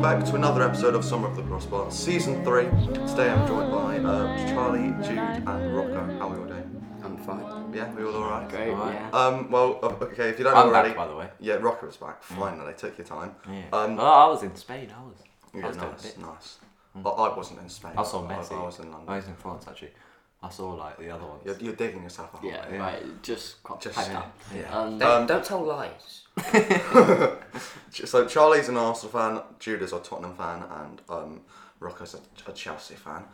back to another episode of Summer of the Crossbar, Season 3. Today I'm joined by uh, Charlie, Jude, and Rocco. How are we all doing? I'm fine. Yeah, we all alright? Great, Alright. yeah. Um, well, uh, okay, if you don't I'm already. back, by the way. Mm. Yeah, Rocco's back. Finally, took your time. Yeah. Um, oh, I was in Spain. I was. yeah, I was doing a nice, bit. nice. I, I wasn't in Spain. I saw Messi. I, I was in I London. was in France actually. I saw like the other ones. You're, you're digging yourself up. Yeah, right. Just quite Just- just, up. yeah. Um, Don't- Um, don't tell lies. So Charlie's an Arsenal fan, Jude is a Tottenham fan, and um, Rocco's a, a Chelsea fan.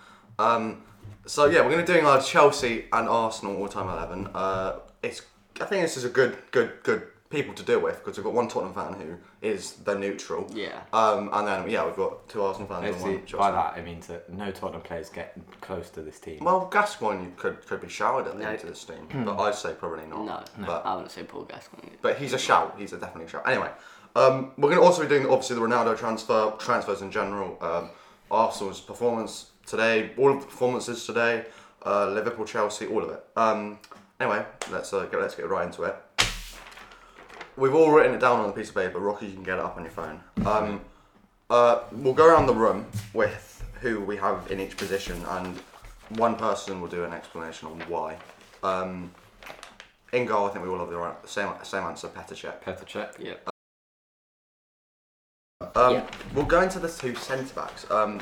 Um, so yeah, we're going to be doing our Chelsea and Arsenal all-time eleven. Uh, it's I think this is a good, good, good people to deal with because we've got one Tottenham fan who is the neutral. Yeah. Um, and then yeah, we've got two Arsenal fans and Basically, one by Chelsea. that I mean that no Tottenham players get close to this team. Well, Gascoigne could could be showered at the No. end of this team, but I'd say probably not. No, But I wouldn't say Paul Gascoigne. But he's a shout. He's a definitely shout. Anyway, um, we're going to also be doing obviously the Ronaldo transfer, transfers in general, um, Arsenal's performance today, all of the performances today, uh, Liverpool, Chelsea, all of it. Um, anyway, let's uh, get, let's get right into it. We've all written it down on a piece of paper. Rocky, you can get it up on your phone. Um, uh, we'll go around the room with who we have in each position, and one person will do an explanation on why. Um, in goal, I think we all have the right, same same answer. Petacek. Petr Cech. Yeah. Um, Yeah. We'll go into the two centre backs. Um,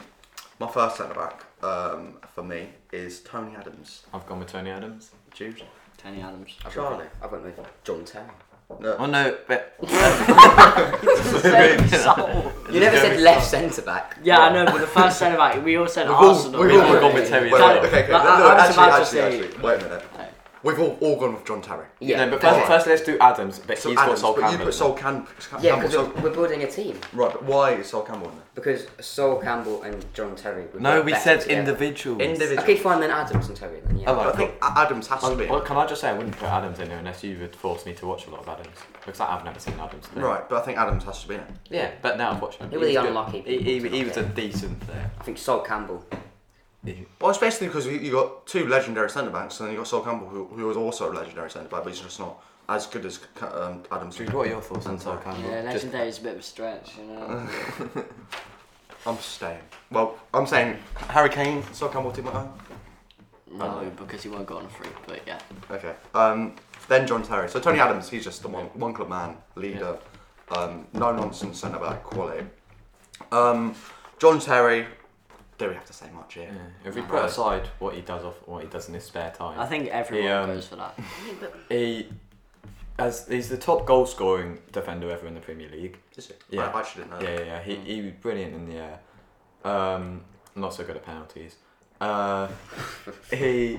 my first centre back um, for me is Tony Adams. I've gone with Tony Adams. Jude. Tony Adams. Charlie. I went with John Terry. Oh no, but Same soul. You never said left centre back. Yeah, I know, but the first centre back, we all said all- Arsenal. we've all didn't gone we? with Terry Wait, wait, Terry. okay, okay. But no, I- no, I was actually, about to actually, say- actually, wait a minute. We've all, all gone with John Terry. Yeah, no, but first, Alright. first let's do Adams. But So he's Adams, got Sol but Campbell. You put Sol Cam- Cam- yeah, Campbell. because Sol- we're, we're building a team. right, but why is Sol Campbell in there? Because Sol Campbell and John Terry. Would no, work we better said together. individuals. Individual. Okay, fine then, Adams and Terry then. Yeah. Oh, right. I think A- Adams has to be. in Well, can I just say I wouldn't put Adams in there unless you would force me to watch a lot of Adams because I've never seen Adams. it. play. Right, but I think Adams has to be in. it. Yeah, but now I've watched him. Who were the was good. unlucky He, he, people he to was not a decent player. I think Sol Campbell. Well, it's basically because you you got two legendary centre backs, and then you got Sol Campbell, who, who was also a legendary centre back, but he's just not as good as Ca- um, Adams. Dude, what are your thoughts on Sol Campbell? Yeah, Just- legendary is a bit of a stretch, you know. I'm staying. Well, I'm saying Harry Kane, Sol Campbell, Tim Maguire. no, because he won't go on a free, but yeah. Okay. Um, then John Terry. So Tony Adams, he's just the one, one club man, leader, um, no nonsense centre back quality. Um, John Terry. Do we have to say much here? If we put aside what he does off what he does in his spare time, I think everyone um, goes for that. he as he's the top goal scoring defender ever in the Premier League. Is it? Yeah. I, I actually didn't know. Yeah, yeah, yeah. Hmm. He he was brilliant in the air. Um, not so good at penalties. Uh, he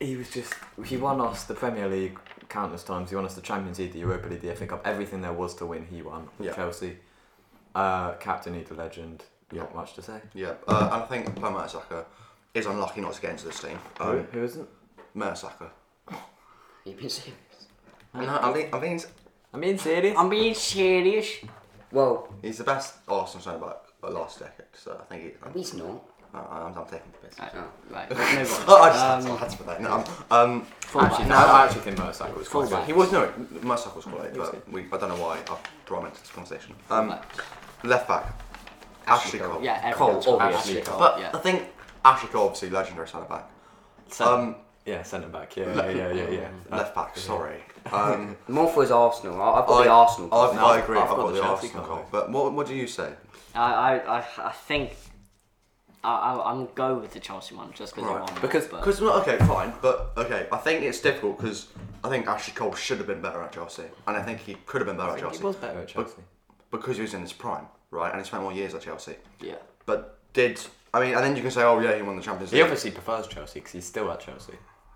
he was just he won us the Premier League countless times. He won us the Champions League, the Europa League, the FA Cup, everything there was to win. He won. Yeah. Chelsea. Uh, captain, he's a legend. Not much to say. Yeah. Uh, and I think Paul Mertesacker is unlucky not to get into this team. Um, Who isn't? Mertesacker. You've been serious. No, I think I think he's, I mean, serious. I'm being serious. Well, he's the best Arsenal centre back of the last decade. So I think he, I'm, he's not. I- I'm, I'm taking the piss. Right, right. move on. Oh, I just had Um, to- I had to put that. No, I'm, um, Actually, no, I actually think Mertesacker was quite Fullback. good. He was no, Mursak was quality, but we, I don't know why I brought him into this conversation. Um, left back, Ashley Cole. Yeah, Cole, everyone's obviously. Ashley Cole. But yeah. I think Ashley Cole obviously legendary centre back. Um, Yeah, centre back. Yeah, yeah, yeah, yeah. uh, yeah. left back. Sorry. Um, More for his Arsenal. I- I've got I, the Arsenal. I, I agree. I've I've, got got the the Chelsea Arsenal Cole. Cole. But what, what do you say? I, I, I, I think I, I, I'm go with the Chelsea one just because Right, I won. because- but, Because okay, fine, but okay, I think it's difficult because I think Ashley Cole should have been better at Chelsea, and I think he could have been better at Chelsea He was better at Chelsea. because he was in his prime, right? And he spent more years at Chelsea. yeah, But did I mean? And then you can say, oh yeah, he won the Champions He League. obviously prefers Chelsea because he's still at Chelsea.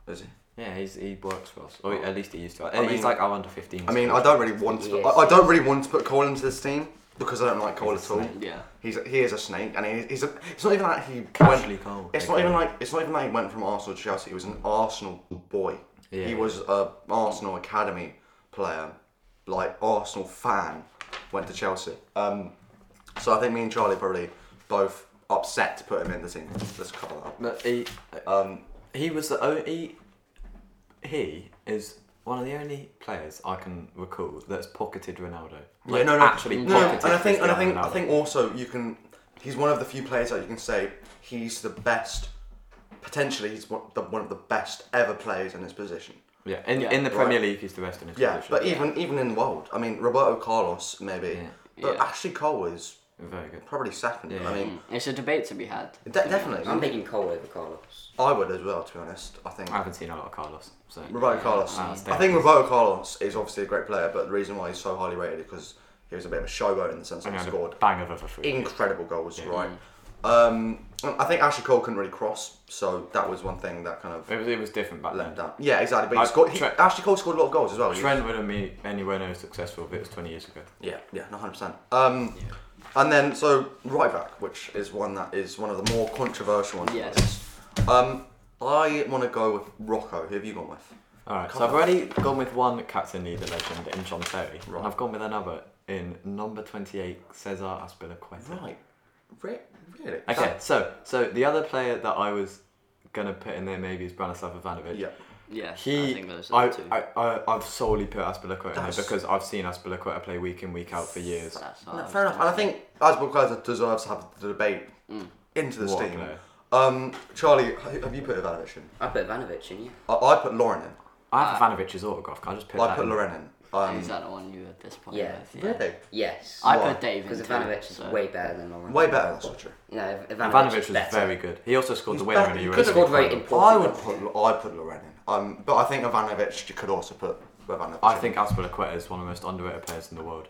Is he? Yeah, he's, he works for us, or at least he used to. mean- he's like our under 15. I mean, I don't really want to. Yes. I, I don't really want to put Cole into this team because I don't like Cole at all. yeah. He's a, he is a snake, and he, he's a, it's not even like he Casually went, Cole, It's they not call even like it's not even like he went from Arsenal to Chelsea. He was an Arsenal boy. Yeah. He was a Arsenal academy player, like Arsenal fan. Went to Chelsea. Um, so I think me and Charlie probably both upset to put him in the team. Let's cover that up. But he, Um, he was the only. He is one of the only players I can recall that's pocketed Ronaldo. Yeah, Like, no, no, actually no, no, pocketed and I think, and I Cristiano think, I Ronaldo. think also you can. He's one of the few players that you can say he's the best. Potentially, he's one, the, one of the best ever players in his position. Yeah, in, Yeah, in the Premier right. League, he's the best in his Yeah, position. but even even in the world, I mean, Roberto Carlos maybe, Yeah. but Yeah. Ashley Cole is very good. probably second. Yeah. I mean, It's a debate to be had. de- definitely, I'm thinking Cole over Carlos. I would as well. To be honest, I think I haven't seen a lot of Carlos, so Roberto Carlos. Ah, I think Roberto Carlos is obviously a great player, but the reason why he's so highly rated is because he was a bit of a showboat in the sense that and he had scored a bang of other free. incredible goals, right? Um, and I think Ashley Cole couldn't really cross, so that was one thing that kind of It was, it was different back let him then. down. Yeah, exactly. But he I- scored, he, Uh, Trent- Ashley Cole scored a lot of goals as well. He- Trent wouldn't be anywhere near as successful if it was 20 years ago. Yeah, yeah, one hundred percent. Um, and then so right back, which is one that is one of the more controversial ones. on Yes. this. Um, I want to go with Rocco. Who have you gone with? Alright, so Come I've already gone with one Captain Leader legend in John Terry, Right. and I've gone with another in number 28, Cesar Azpilicueta. Right, Re- really? Okay, That- so so the other player that I was going to put in there maybe is Branislav Ivanovic. Uh, yeah. Yeah, I He, think those I, are the two. I, I, I've solely put Aspilicueta in there That's- because I've seen Aspilicueta play week in, week out for years. That's what I No, was fair enough. And I thinking. think Azpilicueta deserves to have the debate into this Mm. What a team. player. Um, Charlie, h- have you put Ivanovic in? I put Ivanovic in you. I, I put Lauren in. I have Ivanovic's autograph. Can I just put I that put in? Lauren in. Um, Is that the one you at this point? Yeah. with? Really? Yes. I Why? put Dave in Because too, Ivanovic is so- way better than Lauren. Way better. That's not true. No, Iv- Ivanovic, Ivanovic is was better. very good. He also scored the He's winner better. in the He Euros. could He scored very Incredible. important. I would goals. put I put Lauren in. Um, but I think Ivanovic you could also put Ivanovic. I in. think Aspilicueta is one of the most underrated players in the world.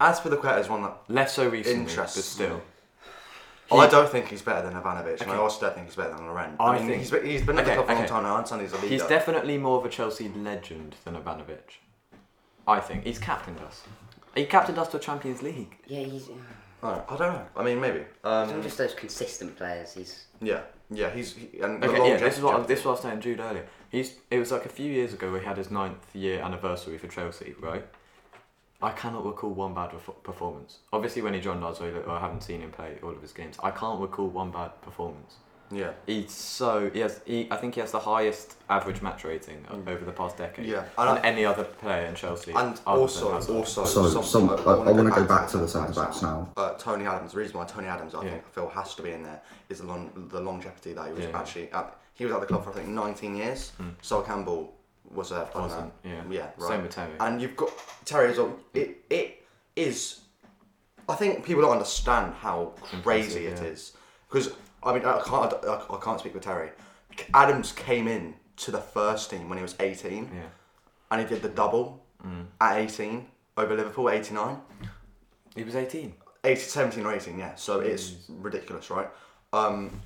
as for the Quetta is one that Less so recently, but Interesting. still. I don't think he's better than Ivanovic, and I Okay. also don't think he's better than Loren. I I, mean, think- he's been, he's been at the Okay, club for a long okay. time now. I understand he's a leader. He's definitely more of a Chelsea legend than Ivanovic. I think. He's captained us. He captained us to a Champions League. Yeah, he's Oh, I don't know. I mean, maybe. he's one Um, of just those consistent players. He's yeah, yeah. He's he, and the Okay, yeah, longevity- this is what I, this is what I was saying, Jude earlier. He's it was like a few years ago. We had his ninth year anniversary for Chelsea, right? I cannot recall one bad refo- performance. Obviously, when he joined us, I I haven't seen him play all of his games. I can't recall one bad performance. Yeah, He's so he has. He, I think he has the highest average match rating o- over the past decade. Mm. Yeah, and than I- any other player in Chelsea. and other than also Hazard. also So, something some, I, wanna I want to go back to the centre backs now. Uh, Tony Adams. The reason why Tony Adams, I Yeah. think, I feel has to be in there is the, long, the longevity that he was Yeah. Hmm. actually at. He was at the club for I think 19 years. Sol Campbell was there for Wasn't, that. yeah. yeah, right. Same with Terry. And you've got Terry as well. It it is. I think people don't understand how crazy it Impressive, yeah. is because I mean I can't I, I can't speak for Terry. Adams came in to the first team when he was 18 Yeah. and he did the double at 18 over Liverpool at 89. He was 18. 18, 17 or 18, yeah. So it's ridiculous, right? Um,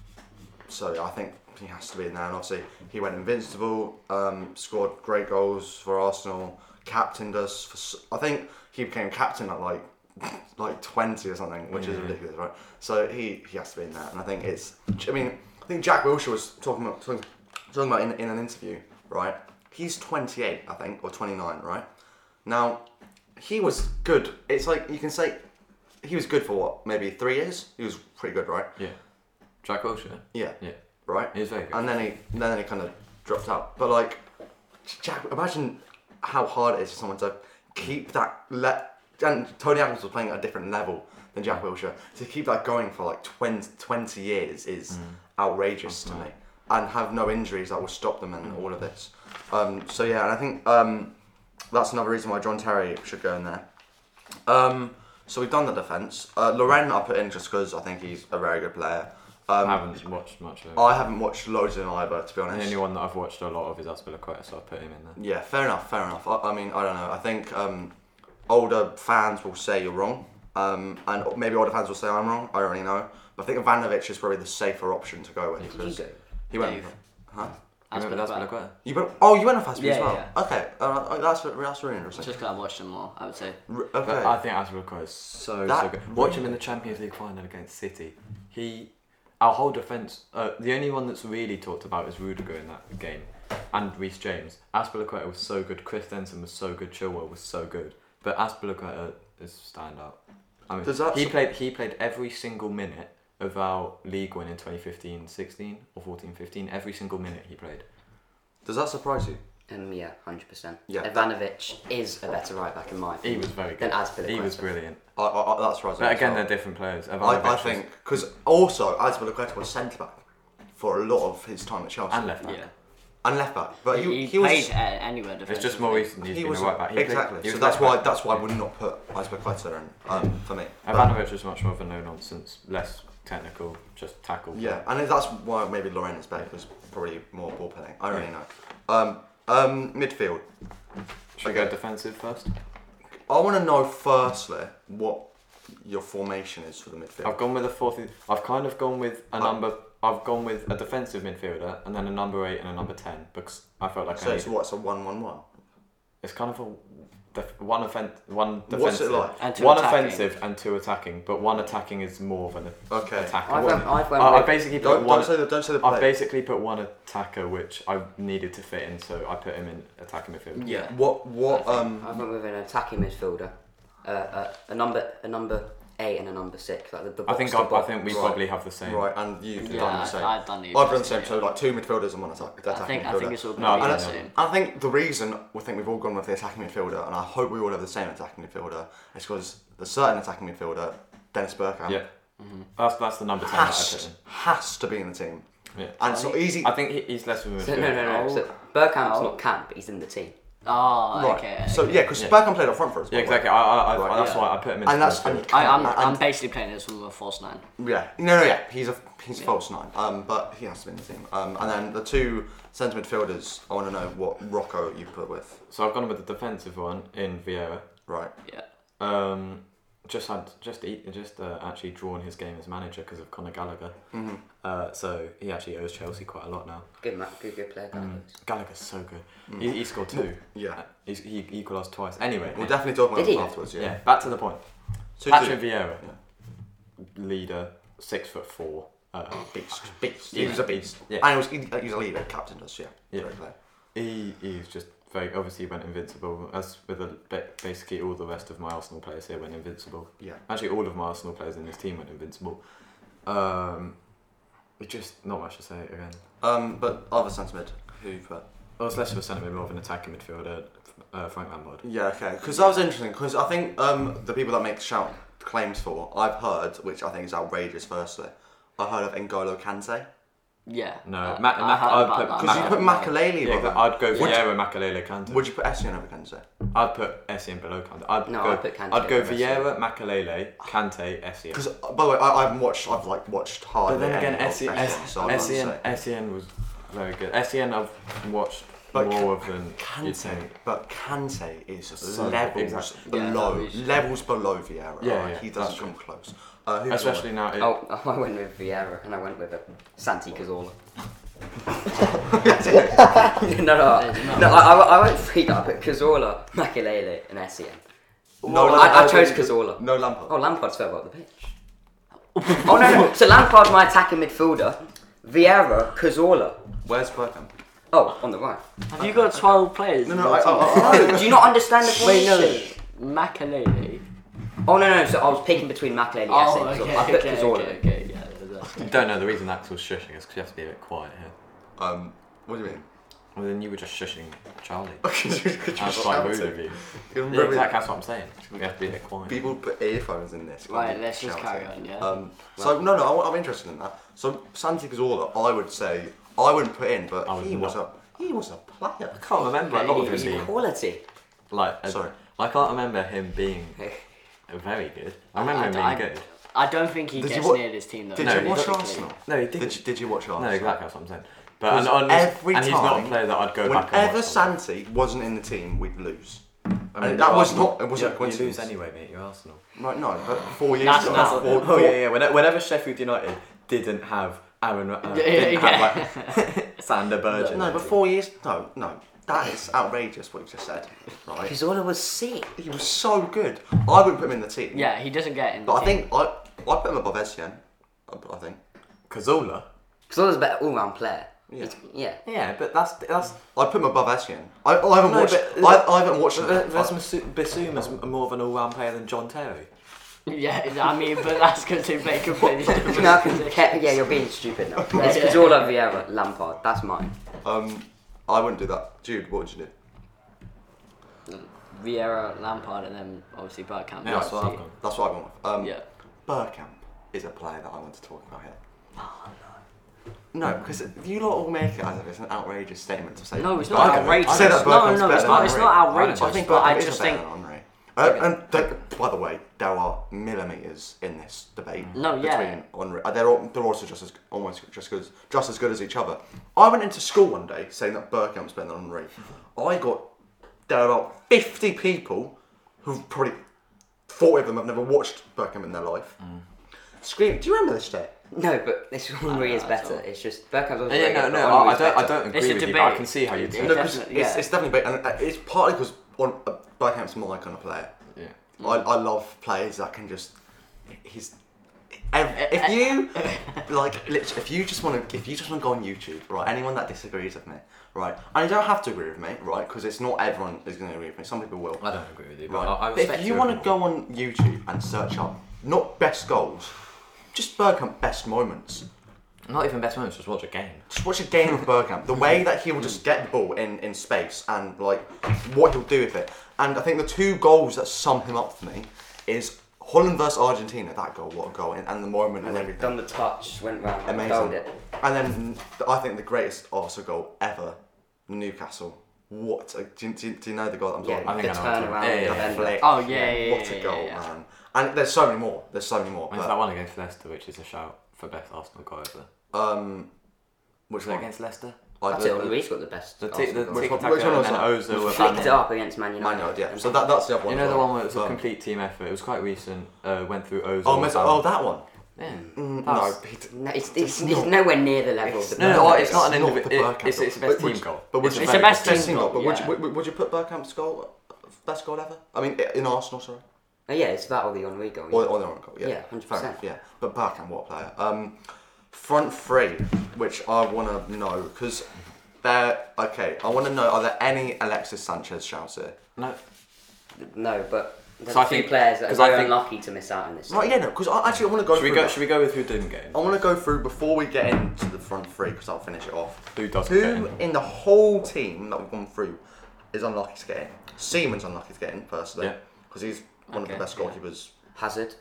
so yeah, I think he has to be in there. And obviously, he went invincible, um, scored great goals for Arsenal, captained us. For, s- I think he became captain at like like 20 or something, which is ridiculous, right? So he, he has to be in there. And I think it's, I mean, I think Jack Wilshere was talking about, talking, talking about in, in an interview, right? He's 28, I think, or 29, right? Now, he was good. It's like, you can say, he was good for what, maybe three years? He was pretty good, right? Yeah. Jack Wilshere. Yeah. Yeah. Right? He was very good. And then he then he kind of dropped out. But like, Jack, imagine how hard it is for someone to keep that. Le- and Tony Adams was playing at a different level than Jack Wilshere. To keep that going for like 20, 20 years is outrageous to me. And have no injuries that will stop them and all of this. Um, so yeah, and I think um, that's another reason why John Terry should go in there. Um, so we've done the defence. Uh, Loren I put in just because I think he's a very good player. Um, I haven't watched much of him. I haven't watched loads of him either, to be The honest. only one that I've watched a lot of is Aspilicueta, so I put him in there. Yeah, fair enough, fair enough. I, I mean, I don't know. I think um, older fans will say you're wrong, um, and maybe older fans will say I'm wrong. I don't really know. But I think Ivanovic is probably the safer option to go with. you because go? He went. Dave. Huh? As Remember per the fact- Aspilicueta? You went, oh, you went off Aspi as Yeah, well. yeah. Okay, uh, uh, that's that's really interesting. Just because I watched him more, I would say. R- But I okay. think Azpilicueta is so so That- good. Watch him in the Champions League final against City. He, our whole defense. Uh, the only one that's really talked about is Rudiger in that game, and Reece James. Azpilicueta was so good. Christensen was so good. Chilwell was so good. But Azpilicueta is standout. I mean, Does that- he played. He played every single minute of our league win in 2015-16 or 14-15. Every single minute he played. Does that surprise you? Um, yeah, hundred percent. Yeah, that- Ivanovic is a better right back in my He opinion. was very good. Then Azpilicueta. He was brilliant. I, I, I, that's right. But again, So- they're different players. Ivanovic I, I was- think because also Azpilicueta was centre back for a lot of his time at Chelsea and left back. Yeah. and left back, but He, he, he was played a- anywhere defensively. It's just more recently he's he been was a right back. He played- exactly. he was so that's left why back. that's why I would not put Azpilicueta in um, for me. But- Ivanovic was much more of a no nonsense, less technical, just tackle. Yeah, and that's why maybe Lorraine is back was probably more ball playing. I don't really know. Um, um, midfield. Should we go Okay. defensive first? I want to know firstly what your formation is for the midfield. I've gone with a fourth. I've kind of gone with a Uh, number. I've gone with a defensive midfielder and then a number eight and a number ten because I felt like I so it's needed- what's a one-one-one. it's kind of a def- one offense, one defensive, What's it like? And two one attacking. offensive and two attacking, but one attacking is more than an Okay. attacker. I've went, I've went I, I with, basically put Don't, one. don't say the don't say the I play. basically put one attacker which I needed to fit in, so I put him in attacking midfield. Yeah. What what um I've went with an attacking midfielder, uh, uh, a number a number eight and a number six. Like the, the I box think to I, I box. think we Right. probably have the same. right and you've Yeah, done the I- same. I've done the I've done the exact same. So like two midfielders and one attack. I think I think it's all No, going to I be the and don't know. same. I think the reason we think we've all gone with the attacking midfielder, and I hope we all have the same attacking midfielder, is because the certain attacking midfielder, Dennis Burkham, Yeah. Mm-hmm. That's that's the number ten. That I put has has to be in the team. in. Yeah. And it's not easy. I think he, he's less of a midfielder. So, no, no, no. So Burkamp's not camp, but he's in the team. Oh, Right. okay. So yeah, because Yeah. Beckham played up front for us. Yeah, exactly. I, I, I, Right. that's Yeah. why I put him in. And that's midfield. and, I, I'm, and- I'm basically playing this with a force nine. yeah. No, no, yeah. He's a he's a false nine. Um, but he has to be in the team. Um, and then the two centre midfielders. I want to know what Rocco you put with. so I've gone with the defensive one in Vieira. Right. Yeah. Um, just had just e- just uh, actually drawn his game as manager because of Conor Gallagher. Mm-hmm. Uh, so he actually owes Chelsea quite a lot now. Good man, good, good player. Mm. Gallagher's so good. He, he scored two. Mm. Uh, Yeah. He's, he equalised twice. Anyway, We'll definitely talk about Did he? him afterwards. yeah. Yeah. Back to the point. So Patrick two. Vieira, leader, six foot four. Uh, beast, beast. He was a beast. Yeah. And he was he, he was a leader, captain us. Yeah. Yeah. Great player. He he's just very obviously went invincible. As with a, ba- basically all the rest of my Arsenal players here went invincible. Yeah. Actually, all of my Arsenal players in this team went invincible. Um, it's just not much to say again. Um, but other centre mid, who you put? I was less of a centre mid, more of an attacking midfielder. Uh, Frank Lampard. Yeah, okay. Because that was interesting. Because I think um, the people that make shout claims for, I've heard, which I think is outrageous. Firstly, I've heard of N'Golo Kante. Yeah. No, I- Ma- I Ma- heard I'd about put- that. Because you Mac- put Makaleli. Yeah, Yeah, I'd go Vieira, Makalele, Kante. Would you put Essien over Kante? I'd put Essien below Kante. I'd No, go, I'd put Kante I'd go over Essien. Vieira, Makalele, Kante, E Essien. Because by the way, I, I've watched. I've like watched hard. But then again, Essien, so I wouldn't Essien, say. Essien was very good. Essien, I've watched But more of than you'd Kante, think. but Kante is So- levels exactly. Yeah, below, no, he's- levels below Vieira. Yeah, like, yeah, he that's doesn't come close. Uh, who's Especially now, it, Oh, oh, I went with Vieira and I went with a Santi Cazorla. no, no, no. I, I, I went three. I put Cazorla, Makalele, and Essien. No, I- I chose Cazorla. No Lampard. Oh, Lampard's further up the pitch. oh no, no. So Lampard's my attacking midfielder. Vieira, Cazorla. Where's Burkham? Oh, on the right. Have you got 12 players? No, in no, your I, I, team? I, I, Do you not understand the Wait, formation? no. Makaleli. Oh no, no. So I was picking between Makalele and Oh, Essien. okay, Cazorla. okay, I put okay, Cazorla. okay, okay, yeah. that's- you don't know the reason Axel's shushing us because you have to be a bit quiet here. um, what do you mean? Well, then you were just shushing Charlie. Could you- could you That's just quite shout rude it? of you. You're Yeah, ruining- exactly. That's what I'm saying. We have to be a bit quiet. People put earphones in this. Right, I'm let's just shouting. carry on, yeah. Um, so no, no, I, am interested in that. So Santi Cazorla, I would say I wouldn't put in, but I would he was a not. he was a player. I can't remember a lot of him He's being quality. like. a- Sorry. I can't remember him being very good. I remember him being I, good. I don't think he Did you gets wa- near this team though. Did No, you he watch doesn't. Arsenal? No, he Did didn't. you, did you watch Arsenal? No, exactly. That's what I'm saying. But 'Cause and, on this- every and he's not time- a player that I'd go back and Whenever watch. Santi wasn't in the team, we'd lose. I and that was Arsenal- not- it wasn't a you, you lose coincidence. anyway, mate. You're Arsenal. Right, no, but four years That's ago. not- four- Oh, four- yeah, yeah. Whenever, whenever Sheffield United didn't have Aaron, uh, didn't yeah. have like Sander Burgess. No, but four years. No, no. That is outrageous what you just said. Right? Cazorla was sick. He was so good. I wouldn't put him in the team. Yeah, he doesn't get in. The But I team. think I I put him above Essien. I, I think. Cazorla. Cazorla's a better all-round player. He's- Yeah. Yeah, but that's that's. I put him above Essien. I, I haven't No, watched. but- I, I haven't watched. him. Res- Res- Bissouma's more of an all-round player than John Terry. Yeah, I mean, but that's because they play completely different. No, I can- yeah, you're being stupid now. It's Cazorla, Vieira, Lampard. That's mine. um, I wouldn't do that. Jude, what would you do? Vieira, Lampard, and then obviously Bergkamp. Yeah, that's what I've obviously. gone. That's what I went with. Um, Yeah. Burkamp is a player that I want to talk about here. Oh, No, because you lot all make it as if it's an outrageous statement to say. No, it's I not don't- outrageous. I say that no, Bergkamp's no, no, it's better not. than It's Henry. not I outrageous, think but Bergkamp I is just better think. than Henry. Uh, and th- by the way, there are millimeters in this debate Mm. No, yeah. between Henry. uh, They're, all, they're also just as almost just as just as good as each other. I went into school one day saying that Bergkamp's better than Henry. I got there are about fifty people who've probably forty of them have never watched Bergkamp in their life. Mm. Scream! Do you remember this day? No, but this Henry is better. It's just Bergkamp's obviously Yeah, no, very good, no, but Henry I, I is don't, I better. don't agree It's a with you, but I debate. can see how you do. Yeah. No, it. 'cause Definitely, it's, yeah. it's definitely big, and uh, it's partly because on uh, Bergkamp's my kind of player. Yeah. I, I love players that can just he's ev- if you like lit- if you just want to if you just want to go on YouTube right anyone that disagrees with me right and you don't have to agree with me right because it's not everyone is going to agree with me some people will I don't agree with you, right but I, I But respect if you your want to opinion. go on YouTube and search up not best goals just Bergkamp best moments Not even best moments, just watch a game. just watch a game of Bergkamp. The way that he will just get the ball in, in space and like what he'll do with it. And I think the two goals that sum him up for me is Holland versus Argentina. That goal, what a goal! And, and the moment and, And then everything. done the touch, went round, and goaled Amazing. it. And then th- I think the greatest Arsenal goal ever, Newcastle. What? A, do, you- do, you- do you know the goal that I'm Yeah, talking the about? think I know what you're talking turnaround. about. Yeah, The defender. flick. Oh, yeah, yeah, What yeah, a goal, yeah, yeah. man! And there's so many more. There's so many more. I mean, it's but, that one against Leicester, which is a shout for best Arsenal goal ever. um, which Was it one? against Leicester? I That's it. don't- Henry's got the best. The tick, the Arsenal goal. tick one- tacker which one and was then that? Ozil. were Flicked banned. it up against Man United. Man United, yeah. So that, that's the other one. You as know the well. one where it was a Um, complete team effort. It was quite recent. Uh, went through Ozil. Oh, Messi- Ballon. oh, that one. yeah. No, That's- Peter. No, it's, it's, it's nowhere near the level of the No, no, Bergkamp. it's not an not individual. the Bergkamp It, it's, it's a goal. best But team goal. But would you, It's the best team goal, But would, yeah. you, would, would you put Bergkamp's goal, best goal ever? I mean, i- in Arsenal, sorry. Oh, yeah, it's that or the Henry goal. Or, or their own goal, yeah. Yeah, 100%. Fair enough, yeah. But Bergkamp, what a player. Um, front three, which I want to know, because they're, okay, I want to know, are there any Alexis Sanchez shouts here? No. No, but there's So a I few think- players that are 'cause I very think- unlucky to miss out on this. Right, yeah, no, because I actually I want to go Should we through go? that. Should we go with who didn't get in? I want to go through before we get into the front three because I'll finish it off. Who doesn't get Who in? in the whole team that we've gone through is unlucky to get in? Seaman's unlucky to get in personally Yeah. because he's one of Okay, the best yeah. goalkeepers. Hazard.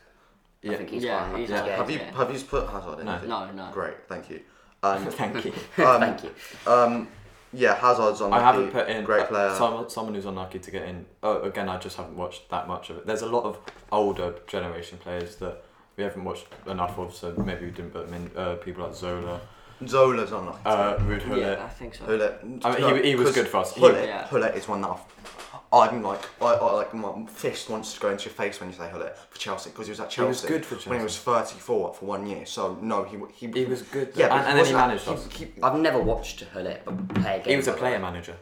I Yeah. think he's Yeah, fine. he's yeah. okay. Have you yeah. have you put Hazard in? No. Have you? No, no. Great, thank you. Um, Thank you. Thank you. um, yeah, Hazard's I unlucky. haven't put in great uh, player. Someone, someone who's unlucky to get in. Oh, again, I just haven't watched that much of it. There's a lot of older generation players that we haven't watched enough of, so maybe we didn't put them in. Uh, people like Zola, Zola's unlucky. uh, Ruud Yeah, Gullit. I think so. Hullet, I mean, he- he was good for us. He- Hullet, Yeah. Hullet is one that I've, I'm like, I, I like my fist wants to go into your face when you say Hullet for Chelsea because he was at Chelsea. was good for when he was 34 for one year. So no, he he, He was good, Yeah, though. but And- and then he wasn't- managed us. He, he, I've never watched Hullet play a game. He was a like player manager.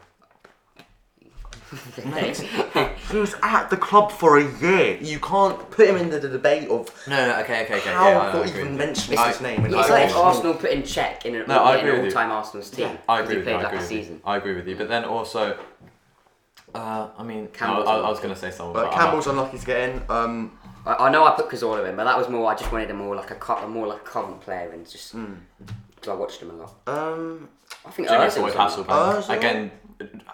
that. he was at the club for a year. You can't put him into the debate of No, no, okay, okay, okay. how yeah, I- I not agree with even you. mentioning I- his name. and I- it's like if Arsenal put in check in an, No, I in agree an with you. all-time Arsenal's team. Yeah, I because agree he with you. played I like agree a with you. season. I agree with you. But then also, uh, I mean, I, Campbell's I- I was going to say someone. But But Campbell's unlucky to get in. Um, I, I know I put Cazorla in, but that was more. I just wanted a more like a, cu- a more like current player, and just Hmm. so I watched him a lot. um, I think I'm, Ozil Jimmy Floyd, was Hasselbank. Ozil? Again,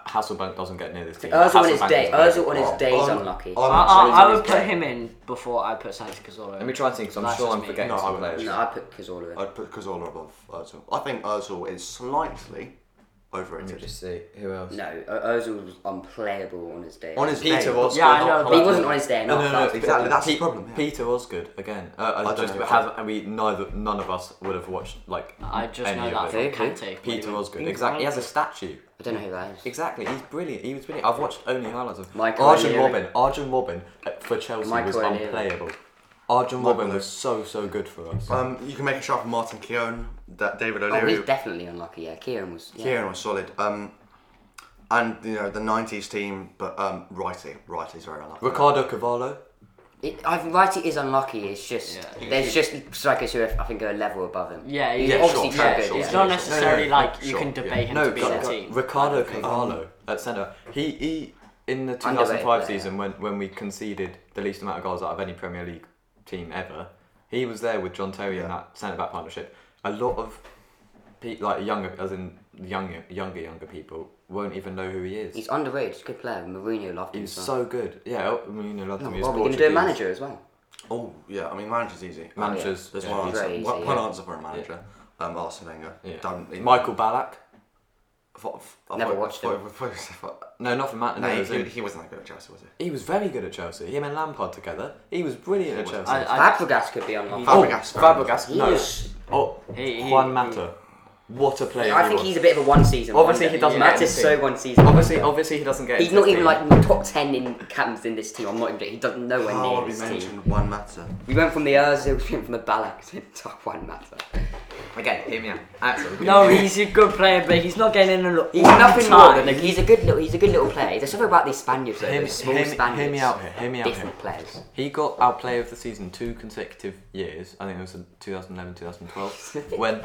Hasselbank doesn't get near this team. Ozil on his Hasselbank day. is great. Ozil on his day is I'm- unlucky. I'm I, I, actually- I would put him in before I put Santi Cazorla. Let me try and think, because I'm That's sure just I'm me. forgetting No, I some wouldn't. players. No, I put Cazorla in. I'd put Cazorla above Ozil. I think Ozil is slightly Let me overrated. just see who else. No, O- Ozil was unplayable on his day. On his Peter day, was- Yeah, I know. But he wasn't on his day. No, no, enough, no, that's- exactly. That's the Pe- problem. yeah. Peter Osgood again. Uh, I, don't just know. have, and we neither none of us would have watched like. I just any know that of from it. Who? Kante. Who? What do you Peter mean? Osgood. Exactly. He has a statue. I don't know who that is. Exactly. He's brilliant. He was brilliant. I've watched only highlights of Michael Arjun O'Leary. Robin. Arjun Robin uh, for Chelsea was Michael O'Leary. unplayable. Arjun Robin O'Leary. was so so good for us. Um, you can make a shot for Martin Keown, that David Oh, O'Leary. he's definitely unlucky. Yeah, Kieran was. Yeah. Keown was solid. Um, and you know the '90s team, but um, Righty, Righty's very unlucky. Ricardo Cavallo. It, I think Righty is unlucky. It's just Yeah. there's just strikers who are, I think are a level above him. Yeah, he's yeah, obviously sure, sure, very good. sure, yeah. It's sure. not No, no, necessarily no, like you sure, can yeah. debate him No, to be in God, the God, team. Ricardo Cavallo at centre. He he in the Underrated 2005 player. season when when we conceded the least amount of goals out of any Premier League team ever. He was there with John Terry in that centre back partnership. A lot of pe- like younger, as in younger, younger, younger people won't even know who he is. He's underrated. He's a good player. Mourinho loved him. He's as well. so good. Yeah, oh, El- Mourinho loved him. He was Well, we're gonna do a Portuguese. manager as well. Oh yeah, I mean manager's easy. Managers. There's Oh, yeah, one he's answer. one, very easy, one yeah. answer for a manager. Um, Arsene Wenger. yeah. Done. He- Michael Ballack. I thought- I Never thought- watched I him. thought- I thought- No, not for Man. No, No, it he, was him. he, he wasn't that good at Chelsea, was he? He was very good at Chelsea. Him and Lampard together. He was brilliant at Chelsea. I, I, Fabregas could be on loan. Oh, Fabregas. Fabregas. He No. is- Oh, He- he- Juan Mata. What a player! I he think was. he's a bit of a one season. Obviously, he doesn't Matt get is so anything. one season. obviously, obviously he doesn't get. He's into not the even team. like top ten in captains in this team. I'm not even. He doesn't know when How near have we this team. mentioned one matter? We went from the Özil, we went from the Balak to top one matter. Okay, hear me out. Absolutely. no, he's a good player, but he's not getting in a lot. He's nothing more than a, he's a good little he's a good little player. There's something about these Spaniards, though, Hear me- those small hear me- Spaniards. hear me out here, hear me out different players. He got our player of the season two consecutive years. I think it was in 2011, 2012. when,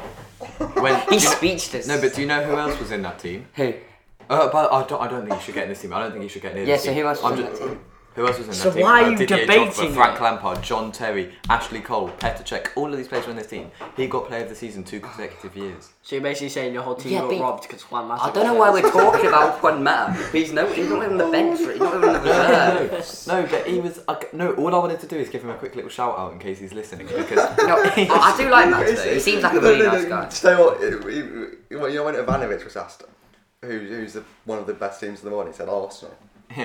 when do you- He's speechless. no, but do you know who else was in that team? who? Uh, but I don't, I don't think he should get in this team. I don't think he should get near Yeah, this so team. who else I'm was in just- that team? Who else was in So that team? Uh, why are you Didier debating Drogba, Frank it? Lampard, John Terry, Ashley Cole, Petr Cech, all of these players were in this team. He got player of the season two consecutive years. So you're basically saying your whole team Yeah, got but- robbed because Juan Mata. I don't know why we're talking about one matter. He's no he's not even on the bench, he's not even on the No, reserve. no, but he was. I c- no, all I wanted to do is give him a quick little shout out in case he's listening because No, I I do like Matt though. He seems like a really nice guy. Stay what? it- it- You know when Ivanovic was asked who, who's the, one of the best teams in the world, he said Arsenal.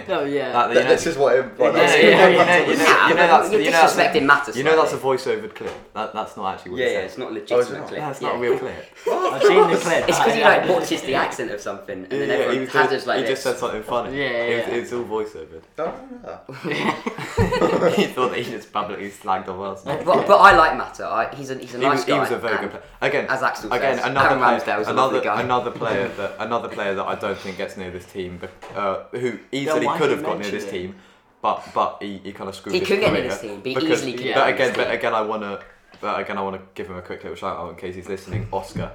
No, yeah. Like, you Th- know- This is what. it- Yeah, Yeah, that's- yeah, yeah, you know, you know, Yeah, you know but that's you're you know that's a- disrespecting matters You know that's a slightly. voiceover clip. That, that's not actually what Yeah, you yeah, said. it's not it's legitimate not? clip. Yeah, it's Oh, not yeah. a real clip. I've seen the clip. It's because he Yeah, like yeah. watches the accent of something and then he, everyone was has just, us like he this. just said something funny. Yeah, It was- yeah. it's all voiceover. Oh, yeah. he thought that he just publicly slagged off Arsenal. But, but I like Matter. I, he's a he's a He nice was, guy. he was a very good and- player. Again, as Axel again, says, another Aaron player, Ramsdale was a another, lovely guy. another player that another player that I don't think gets near this team, but uh, who easily why could did have you got near this mention it? team, but but he, he kind of screwed. He his could get near career this team, but he because- easily but could get near again, this but team. again, I wanna, but again, I wanna give him a quick little shout out in case he's listening, Oscar,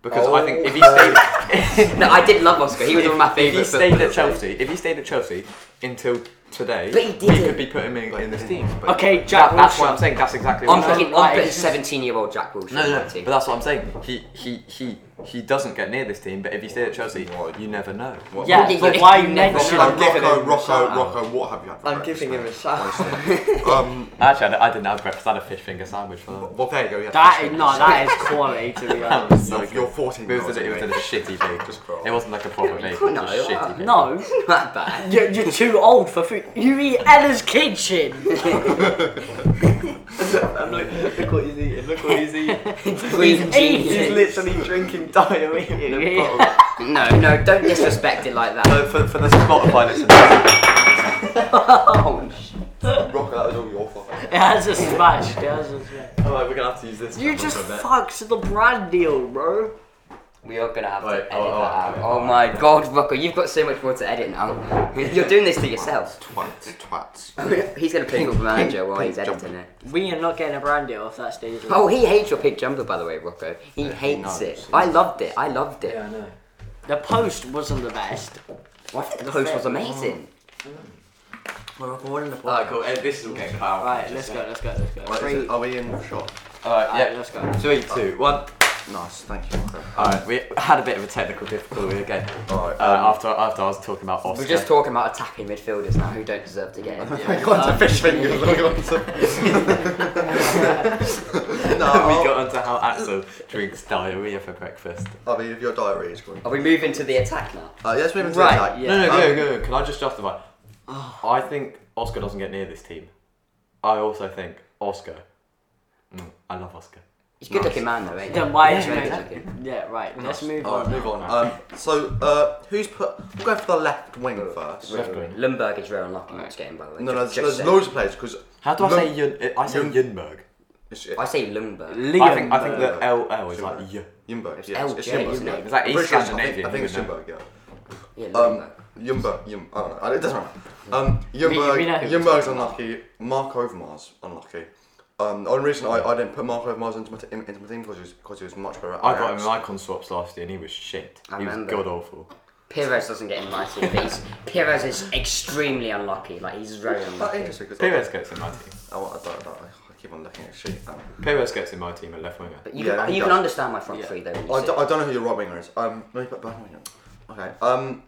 because I think if he stayed. No, I did love Oscar. He was one of my If he favourites. stayed at Chelsea, if he stayed at Chelsea until today, But he didn't. could be putting him in, in this team. But Okay, that- Jack that's what Wilshere. I'm saying. That's exactly what I'm I'm putting, saying. Like, I'm putting it's just- 17 year old Jack Wilshere. No, in no, that no. team. But that's what I'm saying. He, he, he, he doesn't get near this team. But if he stayed at Chelsea, you never know. Yeah, Yeah, but you- why you never mention know. it? I'm giving Rocco, him a Rocco, shout-out. Rocco, what have you had for breakfast, mate? Um, Actually, I d- I didn't have breakfast. I had a fish finger sandwich for that. well, there you go. Yeah, That is no, that is quality to be honest. was You're, you're 14 It years was, a, it was a old, mate. shitty bacon. Just grow up. It wasn't like a proper bacon. It was just No, shitty bacon. No, Not bad. you're, you're too old for food. You eat Ella's kitchen. Look what he's eating. Look what he's eating. Green He's genius. literally drinking diarrhea in Yeah. No, no, don't disrespect it like that. Uh, for, for the Spotify listeners, Oh, sh- Rocco, that was all your fault. It has a smash. It has a smash. alright, we're gonna have to use this. You one just for a bit. fucked the brand deal, bro. we are gonna have to Wait, edit oh, oh, that out. okay. Oh my god, Rocco, you've got so much more to edit now. You're doing this to yourself. Twats, twats. He's gonna pick up the manager while he's pink jumper. editing it. We are not getting a brand deal if that stays. Oh, he hates your pink jumper, by the way, Rocco. He hates knows. it. I loved it. I loved it. I know. The post wasn't the best. I thought the post was amazing. We're recording the Alright, cool. Ed, this is all getting power. Right, let's go. Let's go. Let's go. Right, Three. is it- are we in the shop? Alright, Alright, yeah. let's go. Three, two, one. Nice, thank you. Rocco. Alright, we had a bit of a technical difficulty again. Alright, Uh, after after I was talking about Oscar. We're just talking about attacking midfielders now who don't deserve to get in. I got to fish fingers. I got to- we no, got onto how Axel drinks diarrhea for breakfast. I mean, if your diary is going. Are we moving to the attack now? Uh, yes, we've been Right, attack. yeah. No, no, Um, go, go. Can I just justify? I think Oscar doesn't get near this team. I also think Oscar. Mm, I love Oscar. He's a good looking man though, ain't he? Then why He's is very he- good looking. Yeah, right. Let's Oh, move All right, on. move on. Um, so, uh, who's put? We'll go for the left wing first. Left wing. Lundberg is very unlucky in this game, by the way. No, no, Just- there's, there's just saying. loads of players because How do I say Yun? eh, I say Yunberg. I say Lundberg. Liam. I think I think Yunberg. the LL is like Y. Yumbo? It's LJ, Yumbo, isn't it? yeah. It's like I'm pretty East sure it's- Scandinavian, I think, I think isn't it's Yumbo, yeah. Yeah, Um, Lundberg. Yumbo, Yum, I don't know. It doesn't matter. Um, Yumbo, we know who we're Yumbo's unlucky. Mark Overmars unlucky. Um, the only reason I, I didn't put Mark Overmars into my, t- into my team because he was because he was much better. At I got him Ajax. in icon swaps last year and he was shit. I he was remember. god awful. Pires doesn't get in my team, but he's, Pires is extremely unlucky. Like, he's very That's unlucky. interesting because Perez gets in my team. I, I, I, I, I, I keep on looking at his sheet. Um, Perez gets in my team at left winger. But you, Yeah, can, he you can does. understand my front Yeah. three though. when you I, see d- it. I don't know who your right winger is. Um, let me put Burnley in. Okay. Um,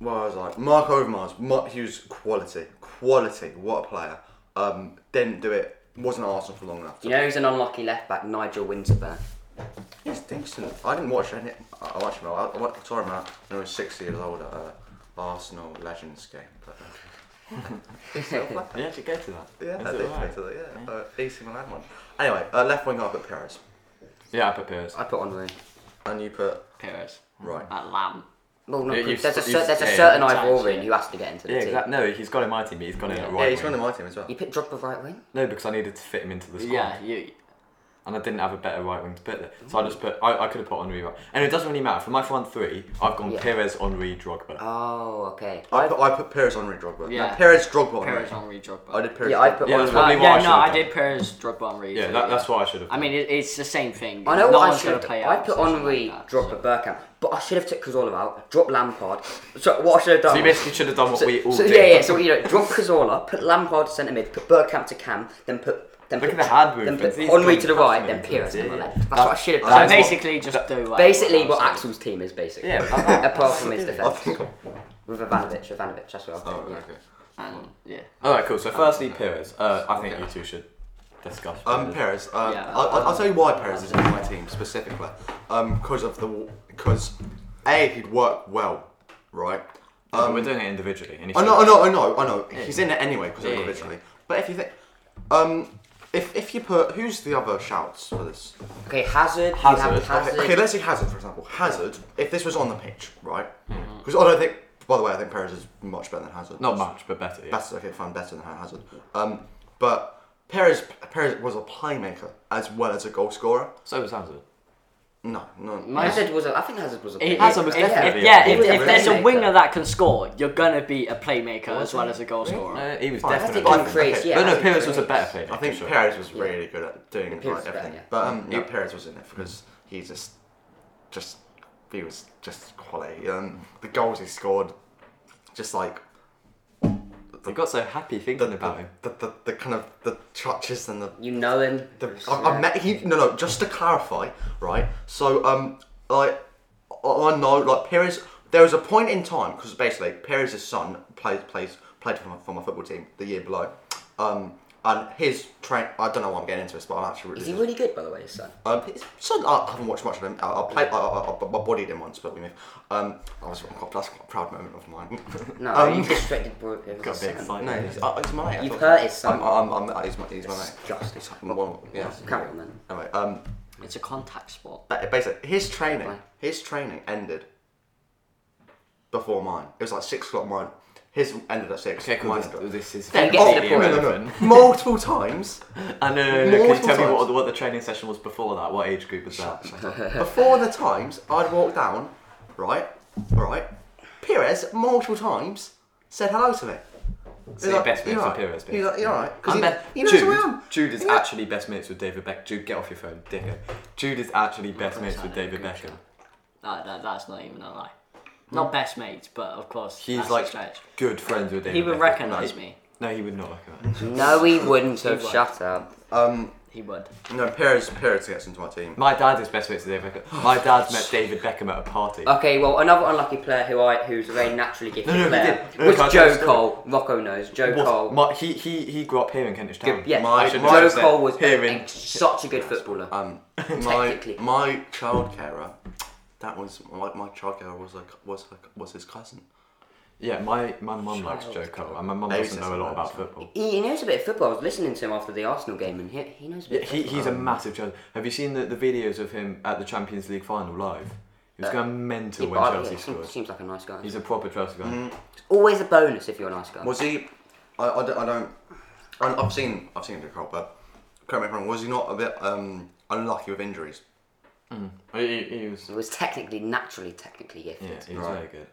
where was I? Mark Overmars, Mark Hughes, quality, quality. What a player. Um, didn't do it. Wasn't at Arsenal for long enough. you know who's an unlucky left back? Nigel Winterburn. He's decent. I didn't watch any. I I watched him. I, I, wa- saw him at when I was six years old at uh, Arsenal Legends game. But, uh, They actually go to that. yeah, Is that it did right? fit to the yeah. Uh, AC Milan one. Anyway, uh, left wing I put Perez, Yeah, I put Perez. I put on the. and you put Perez. right. At Lamb. Well, not, Yeah, Cruz. you've- there's a you've- cer- there's a yeah, certain yeah. Ivorian who has to get into the Yeah, team. exactly. No, he's gone in my team, but he's gone in at right yeah, he's wing. one of my team as well. You picked Drogba right wing. No, because I needed to fit him into the squad. Yeah, you. And I didn't have a better right wing to put there. So I just put, I, I could have put Henri right. And it doesn't really matter. For my front three, I've gone Yeah. Perez, Henri, Drogba. Oh, okay. I put, I put Perez on Red Drogba. Yeah. Yeah. Perez Drogba on Perez, Red. Henri, Drogba. Uh, I did Perez. Yeah, I Drogba. put Yeah, on. that's what Probably yeah, I no, should've I done. did Perez, Drogba, Henri. yeah, so that, that's what I should have I done. mean, it, it's the same thing. I know no what I one's should gonna have play done. out I of put position like Henri, that, drop so. Burkamp, but I should have took Cazorla out, drop Lampard. So what I should have done. So you was- basically should have done what so- we all so, did. Yeah, yeah. So you know, drop Cazorla, put Lampard to centre mid, put Burkamp to cam, then put then Look put at the hand then movements. put He's Henri gone to the right, then past me. Pires to the Yeah, yeah. left. That's what I should have So done. That's what- basically, just do what basically what Lamb said. Axel's team is basically. Yeah, like that. Apart from his I defence think. with Ivanovic, Ivanovic. That's what I've Oh, done. yeah. okay. And, yeah. Alright, cool. So firstly, Perez. Uh, I think you two should discuss. Um, Perez. Uh, Yeah. I, I- I'll tell you why Perez is in my team specifically. Um, because of the because a he'd work well, right? Um, we're doing it individually. And he I said- know, I know, I know, I know. He's in it anyway because Yeah, yeah, individually. But if you think, um, if if you put who's the other shouts for this? Okay, Hazard. you Hazard, have okay, Hazard. Okay, let's say Hazard for example. Hazard, if this was on the pitch, right? Because I don't think. By the way, I think Perez is much better than Hazard. Hmm. Not much, but better. Yeah. That's okay, fine, better than Hazard. Um, but Perez Perez was a playmaker as well as a goal scorer. So was Hazard. No, no. Hazard was. A, I think Hazard was a. It- Hazard if- was if- definitely if- a yeah, playmaker. if, if there's a Playmaker. winger that can score, you're gonna be a playmaker as well as a goal scorer. No, he was Fine. I definitely. think he creates. Okay. Yeah. But no, I think he Perez was a creates. better player. I think for sure. Perez was really good at doing Perez like, was better, everything. yeah. But um, yeah, Yeah. Mm-hmm. Perez was in it because he just, just he was just quality. Um, the goals he scored, just like I got so happy thinking about him. the, the, the kind of the touches and the You know him. The, I, I met he no no just to clarify right so um like I, I know like Perez there was a point in time because basically Perez's son plays plays played for my, for my football team the year below um and his train I don't know why I'm getting into this but I'm actually really Is he really good, by the way, his son? um, his son, I haven't watched much of him. I, I played, I, I, I, I bodied him once, but we moved. Um, I was that's quite a proud moment of mine. No, Um, you distracted Bro- his Got a bit son. excited. no, he's, uh, he's my mate. I You've thought- hurt his son. I'm, I'm, I'm, he's my, he's my mate. Disgusting. He's fucking one- yeah. Carry on then. Anyway, um, It's a contact sport. Ba- basically his training his training ended before mine it was like six o'clock mine his ended at six Okay, cool. mine This, ended at- this is Then get to Oh, the completely no, no, point. irrelevant. no. multiple times I know. no, no, no. Can you Multiple tell me what, times. what the training session was before that? What age group was that? before the times I'd walk down right right Perez multiple times said hello to me So your best mates with Perez, He's like, basically. you're alright. I'm Because best- he, he knows Jude, who I am. Jude is He knows- actually best mates with David Beckham. Jude, get off your phone, dickhead. Jude is actually best mates with David Beckham. That, that, that's not even a lie. Not best mates, but of course He's that's a like stretch. good friends with David. He would Beckham. recognise No, me. No, he would not recognise. me. No, he wouldn't have. would. Shut up. He would. Um, No, Perez, Perez gets into my team. My dad is best mates with David Beckham. My dad met David Beckham at a party. Okay, well, another unlucky player who I, who's a very naturally gifted No, no, he player did. No, was no, no, Joe no. Cole. Rocco knows Joe What- Cole. my- he, he, he grew up here in Kentish Town. yeah, my- I should my- Joe have said Cole was here a- in- a- such a good footballer. Um, my Technically. my child carer, that was my, my child carer was like was like, was his cousin. Yeah, my, my mum likes Joe Cole, and my mum doesn't Maybe know a lot that's about football. he, he knows a bit of football. I was listening to him after the Arsenal game, and he, he knows a bit. Yeah, he, he's a massive Chelsea. Have you seen the, the videos of him at the Champions League final live? He was going mental of when football. Chelsea yeah, scored. seems, seems like a nice guy. He's a proper Chelsea guy. It's always a bonus if you're a nice guy. Was he? I, I, don't- I don't. I, I've seen I've seen Dick Cole, but correct me if I'm wrong. Was he not a bit um, unlucky with injuries? He, he- he was. He was technically, naturally, technically gifted. Yeah, he was Right. very good.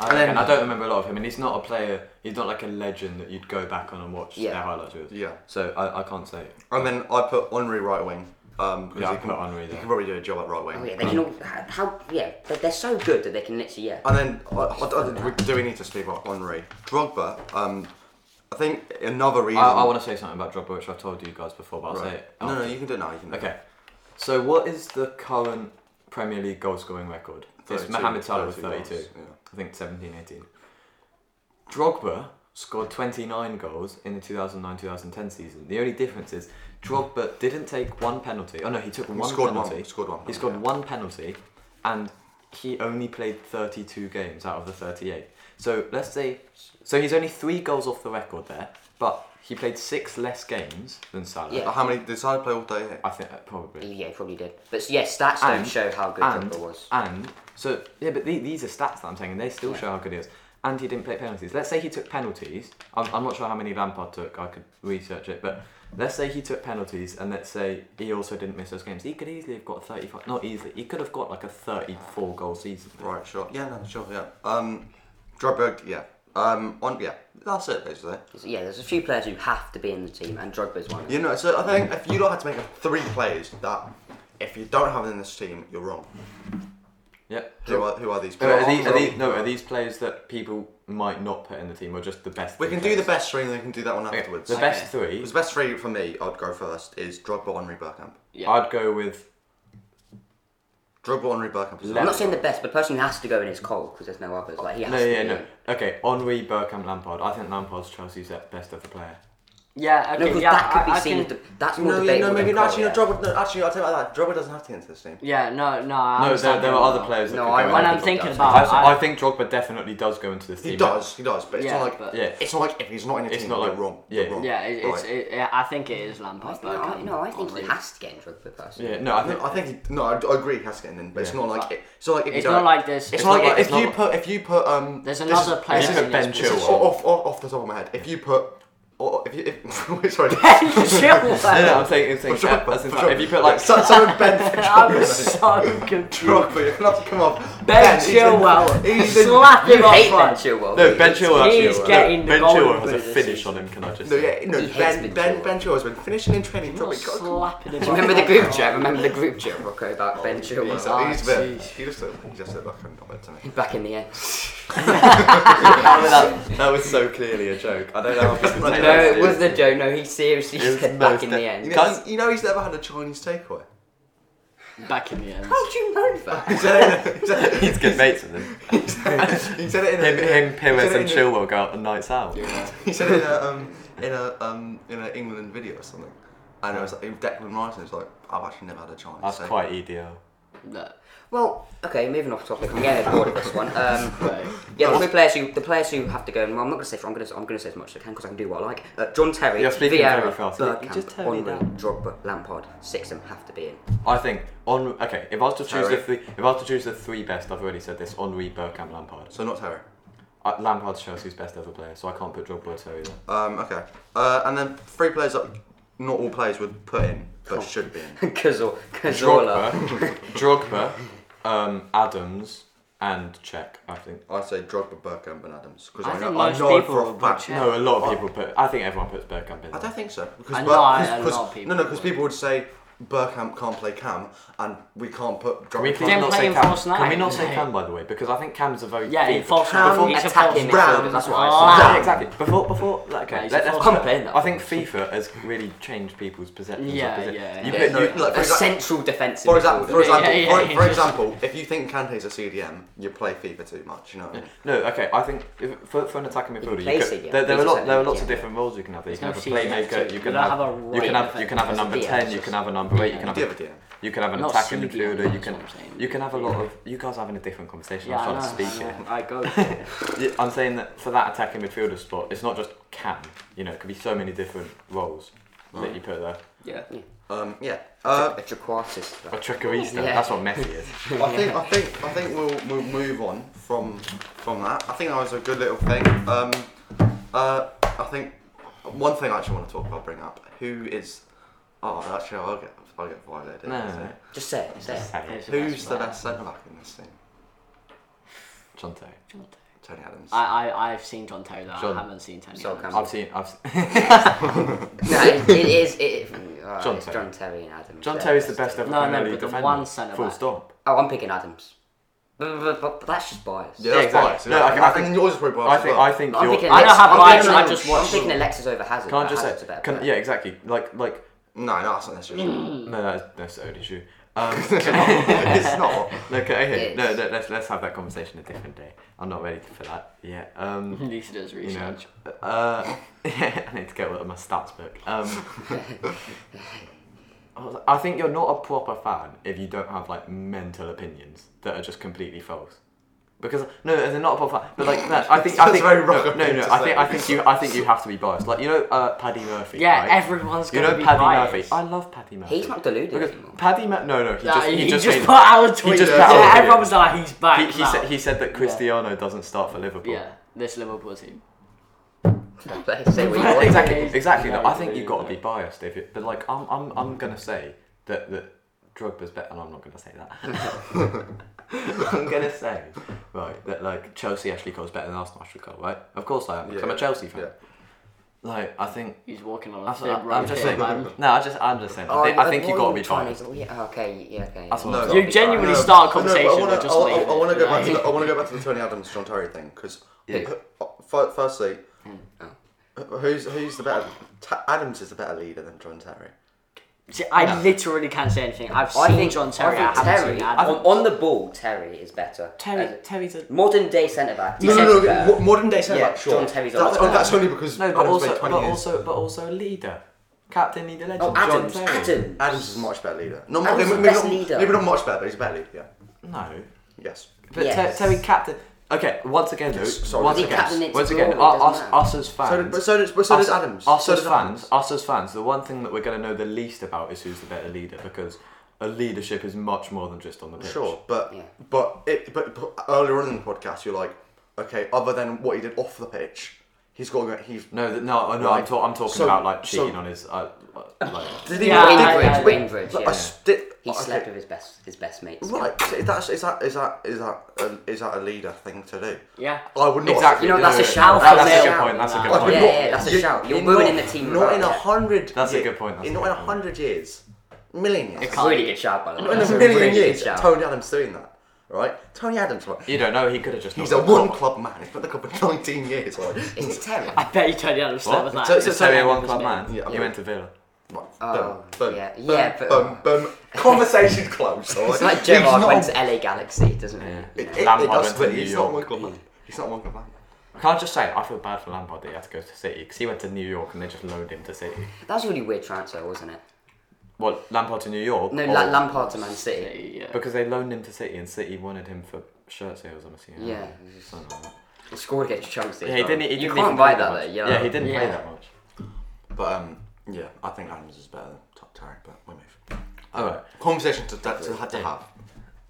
I, then- again, I don't remember a lot of him, and he's not a player. He's not like a legend that you'd go back on and watch Yeah. their highlights with. Yeah. So I, I can't say. And then I put Henri right wing. Um, because Yeah, I he can, put Henry He there. can probably do a job at right wing. Oh, yeah, they can all how- how yeah they're, they're so good that they can literally yeah. And then I, I, I, do we need to speak about Henri? Drogba. Um, I think another reason. I, I want to say something about Drogba, which I've told you guys before, but I'll say Right. it. No, no, after. you can do it now. You can do it. Okay. So what is the current Premier League goal scoring record? It's 32, Mohamed Salah with 32 goals, 32. yeah. I think 17, 18. Drogba scored 29 goals in the 2009-2010 season. The only difference is Drogba didn't take one penalty. Oh no, he took He one scored one. penalty. He scored one He scored penalty, one penalty and he only played 32 games out of the 38. So let's say so he's only 3 goals off the record there, but he played 6 less games than Salah. Yeah. But Uh, How many did Salah play all day? I think uh, probably. Yeah, he probably did. But yeah, stats don't And- show how good and, Drogba was. and so yeah, but the, these are stats that I'm saying, and they still show how good he is. And he didn't play penalties. Let's say he took penalties. I'm, I'm not sure how many Lampard took. I could research it, but let's say he took penalties, and let's say he also didn't miss those games. He could easily have got 35. Not easily. He could have got like a 34 goal season. Right, sure. Yeah, no, sure, yeah. Um, Drogba, yeah. Um, on, yeah. That's it, basically. Yeah, there's a few players who have to be in the team, and Drogba's one. of them. You know, so I think if you don't have to make three plays that, if you don't have in this team, you're wrong. Yep. Who are, who are these Are players? these, are these, no, are these players that people might not put in the team, or just the best? we three can do the players? best three and then we can do that one Okay, afterwards. The best Because three. The best three for me, I'd go first, is Drogba, Henry, Burkamp. Yeah. I'd go with Drogba, Henry, Burkamp. is- I'm not saying the best, but the person who has to go in is Cole because there's no others. Like he has No, to yeah, be no. in. Okay, Henri, Burkham, Lampard. I think Lampard's Chelsea's best ever player. Yeah, No, okay, because yeah, that could I- be I can- seen as the, that's more No, yeah, debatable no, maybe than no, Cole, actually, no, yeah. Drogba, no, actually, I'll tell you about that. Drogba doesn't have to get into this team. Yeah, no, no. No, I there, understand there that. are other players. That No, could I- go When in. I'm thinking about, I, I I, think Drogba definitely does go into this team. He does, he does, but it's Yeah, not like but- Yeah. it's not like if he's not in a It's team, not you're like- wrong. yeah. you're wrong. yeah, it, it's. Right. It, yeah, I think it is Lampard. No, I, Burkham, no, I think he Henry. has to get in Drogba personally. Yeah, no, I think. No, I think he, no, I, I agree, he has to get in, but it's Yeah. not like it, it's not like if It's you not don't- like this. It's, not like, it's if not you like- put if you put um. There's this another is- player. this is in a Ben this This is position. Chilwell. off, off off the top of my head. If you put or if you if, wait, sorry. No, no, I'm Chilwell. saying, I'm saying Drogba, as in for fact, Drogba. if you put like so, someone Ben for I'm Drogba. so confused. Drogba, you're gonna have to come off. Ben he's in- Chilwell. He's in- Slap You him up hate Ben front. Chilwell. no dude. Ben Chilwell actually He's no, getting the Ben golden Chilwell has boot a this finish on him. Can I just? No, say. yeah, no. He hates Ben Ben Ben Chilwell. Ben Chilwell's been finishing in training. Not Drogba. God, slapping him Do Oh you up. remember the group chat? Remember the group chat, Rocco, about Ben He's, Chilwell Ah, he's been. jeez. He just he just said like I'm not meant to me. back in the end. that, that was so clearly a joke. I don't know how people No, take No, that it was seriously. the Joe. No, he seriously It was said most back in the de- You end. know, Guys- you know he's never had a Chinese takeaway. Back in the end. How do you know that? He said it. He said it- He's good mates with him. he said it in Him, a, him, Pires, it and in- Chilwell go out on nights out. He said in a um, in a um, in an England video or something. And it was like Declan Rice and it's like I've actually never had a Chinese. That's takeaway. quite e- EDL. No. Well, okay, moving off topic. I'm getting bored of this one. Um, Right. yeah, the three players who the players who have to go. And well, I'm not gonna say. I'm gonna I'm gonna say as much as I can because I can do what I like. Uh, John Terry, You're speaking Vieira, very fast. Bergkamp, You just tell me Henry, that. Drogba, Lampard. Six of them have to be in. I think on okay. If I was to choose Terry. the three, if I was to choose the three best, I've already said this: Henri, Burkham, Lampard. So not Terry. Uh, Lampard's Chelsea's best ever player, so I can't put Drogba or Terry there. Um, okay. Uh, and then three players that not all players would put in, but should be in. Cazor, Cazola. Drogba, Drogba, um, Adams, and Czech. I think. I'd say Drogba, Burkamp, and Adams because I I, think know, I most know people for a would fact. check. No, a lot of people put. I think everyone puts Burkham in. I there. don't think so. Because I know Bur- I- cause, a cause- lot of people No, no, because would. people would say Burkamp can't play Cam, and we can't put Drogba. We in. Didn't can't not play say in Cam. false Can we nine. not say No. Cam by the way? Because I think Cam's a very Yeah, he feeble- false. Cam He's a false. attacking Ah. midfielder. That's what Oh. I said. Yeah, exactly. Before, before, like, okay. Yeah, he's let- a let's false put- player. I think FIFA has really changed people's perceptions. Yeah, of posi- yeah, You yeah. put- No, you- like, for exa- A central defensive. For example, for midfielder. example, Yeah, yeah, for, yeah, for yeah. example, if you think Kante's a CDM, you play FIFA too much. You know. what I mean? No, okay. I think if, for, for an attacking midfielder, you plays could, it, yeah. there, there are He's lot, a there are centre lots of midfielder. different roles you can have. You can no have a CDM, so playmaker. You you can don't have, have a you can right have you can have a defender. number Yeah, ten. it's You can just- have a number eight. You can You have do have a a, DM. you can have an Not attacking CDM, midfielder. You that's can what I'm saying. you can have a lot of. You guys are having a different conversation. Yeah, I'm I trying to know. speak I know. I go. here. I'm saying that for that attacking midfielder spot, it's not just can. You know, it could be so many different roles that you put there. Yeah. Um, yeah. Uh, a Jaquartis. A Trequarista. Yeah. That's what Messi is. I think I think I think we'll we'll move on from from that. I think that was a good little thing. Um, uh, I think one thing I actually want to talk about, bring up, who is? Oh, actually, I'll get I'll get violated. No, I'll say. no, Just say it. Say it. no. Who's the best centre back in this team? John Terry. Tony Adams. I, I, I've seen John Terry though. John- I haven't seen Tony. Sol Adams. Campbell. I've seen. I've. Seen, No, it, it is. It, uh, John it's Terry. John Terry and Adams. John They're Terry's the best ever No, no, Premier but League the defender. one centre Full back. stop. Oh, I'm picking Adams. But, but, but that's just bias. Yeah, that's exactly. biased, No, Yeah, I think- I and think- yours is probably I biased. as think well. I think I'm you're. thinking I don't Alexis- have I'm bias, thinking- I just I'm watch- thinking Alexis over Hazard. Can I just Hazard's a say? better Can, player. yeah, exactly. Like like No, no, that's not necessarily. true. Hmm. no, that is, that's Odie's shoe. Um, it's not. no, can, okay, It no, is. no, let's let's have that conversation a different day. I'm not ready for that yet. Um, Lisa does you know, research. uh, I need to get out of my stats book. Um, I was like, I think you're not a proper fan if you don't have like mental opinions that are just completely false. Because no, as in not a proper fan, but like no, I think I That's think very wrong no, of no, me no to I think say. I think you I think you have to be biased. Like you know, uh, Paddy Murphy. Yeah, right? everyone's You gonna know be Paddy biased. Murphy. I love Paddy Murphy. He's not deluded Because anymore. Paddy Mur- no no he Nah, just he, just, made- put out a tweet. just put yeah, out a video. everyone was like, he's back. he, he now. said he said that Cristiano doesn't start for Liverpool. yeah, this Liverpool team. say what you Yeah, want. exactly, Yeah, he's- exactly. he's though. I not think really you've got to doing be biased if it, but like I'm, I'm, I'm gonna say that that Drogba's better, and I'm not gonna say that. I'm gonna say right that like Chelsea actually goes better than Arsenal actually go right. Of course I am. 'cause I'm a Yeah, Chelsea fan. yeah. Like I think. He's walking on a That's thin what I, road am just here, saying. man. No, I just, I'm just saying. Oh, I think, I think you got to be trying biased. to. Oh, Yeah, okay, yeah, okay. That's yeah. what I'm No. saying. You genuinely No, start a but no, but conversation. I wanna- with just I- leave I, I want to it, go like- back to the, I want to go back to the Tony Adams John Terry thing because firstly, wh- who's who's the better? Ta- Adams is the better leader than John Terry. See, I literally can't say anything. I've I seen think John Terry. I, I think haven't Terry seen on, Adam. on the ball. Terry is better. As Terry, a- Terry's a modern day centre back. No, he's no, no. better. what- Modern day centre Yeah, back. Sure. John Terry's a that's, lot better. that's only because No, but Adams also, made but 20 years. also, but also leader, captain, leader, legend. Oh, John Adams. Terry. Adams. Adams is a much better leader. Not Adams is maybe, the maybe best not, leader. Maybe not much better, but he's a better leader. Yeah. No, Yes. But Yes. Ter- Terry captain. Okay, once again though. Sorry. once He captained it again, to once again, glory, u- us, doesn't matter. us as fans. So, did- but so does, but so us, does Adams. Us so as does fans, Adams. us as fans, the one thing that we're going to know the least about is who's the better leader because a leadership is much more than just on the pitch. Sure, but Yeah. but it but, but earlier on in the podcast, you're like, okay, other than what he did off the pitch, he's got to go. He's No, th- no, no. I'm, Right. ta- I'm talking So- about like cheating so- on his. Uh, uh, like, Did he? Yeah, did- I- I- did- wait, Windbridge, look, yeah. I sti- He okay, slept with his best his best mates. Right. So is that is that is that is that a, is that a leader thing to do? yeah. I would not. exactly. You know, that's a no, shout that- for That's a Mel. good point. That's a good I would Yeah, point. not- yeah, that's a you- shout. You're in ruining not- the team Not without in a that. hundred. That's a ye- good point, that's in a not good in a point. hundred years, million years. It's a really good shout by the way. Not in That's a million really years, good shout. Tony Adams doing that, right? Tony Adams, right? You don't know. He could have just. He's a knocked it one off. club man. He's been the club for 19 years. Right? Is it Terry? I bet you Tony Adams slept with What? that. So- Is so- Terry a Tony one Adams club man. man. Yeah. He went to Villa. Right, Oh, boom, boom, yeah, boom, yeah, but- boom, boom. Conversation closed. all right? It's like He's Gerard not went a- to LA Galaxy, doesn't Yeah. It, he? You it, know? it Lampard does, went to but New he's not York. one club man. He's not one club man. Can I just say, I feel bad for Lampard that he had to go to City because he went to New York and they just loaned him to City. That was a really weird transfer, wasn't it? Well, Lampard to New York. No, or- La- Lampard to Man City. Yeah. Because they loaned him to City, and City wanted him for shirt sales. I'm assuming. Yeah. Something like that. He scored against Chelsea. Yeah, he didn't. He didn't you even can't buy play that much. though. Yeah, yeah, he didn't play Yeah. that much. But um, yeah, I think Adams is better than Top Terry, but we move. All right. Conversation to, to, to, to have.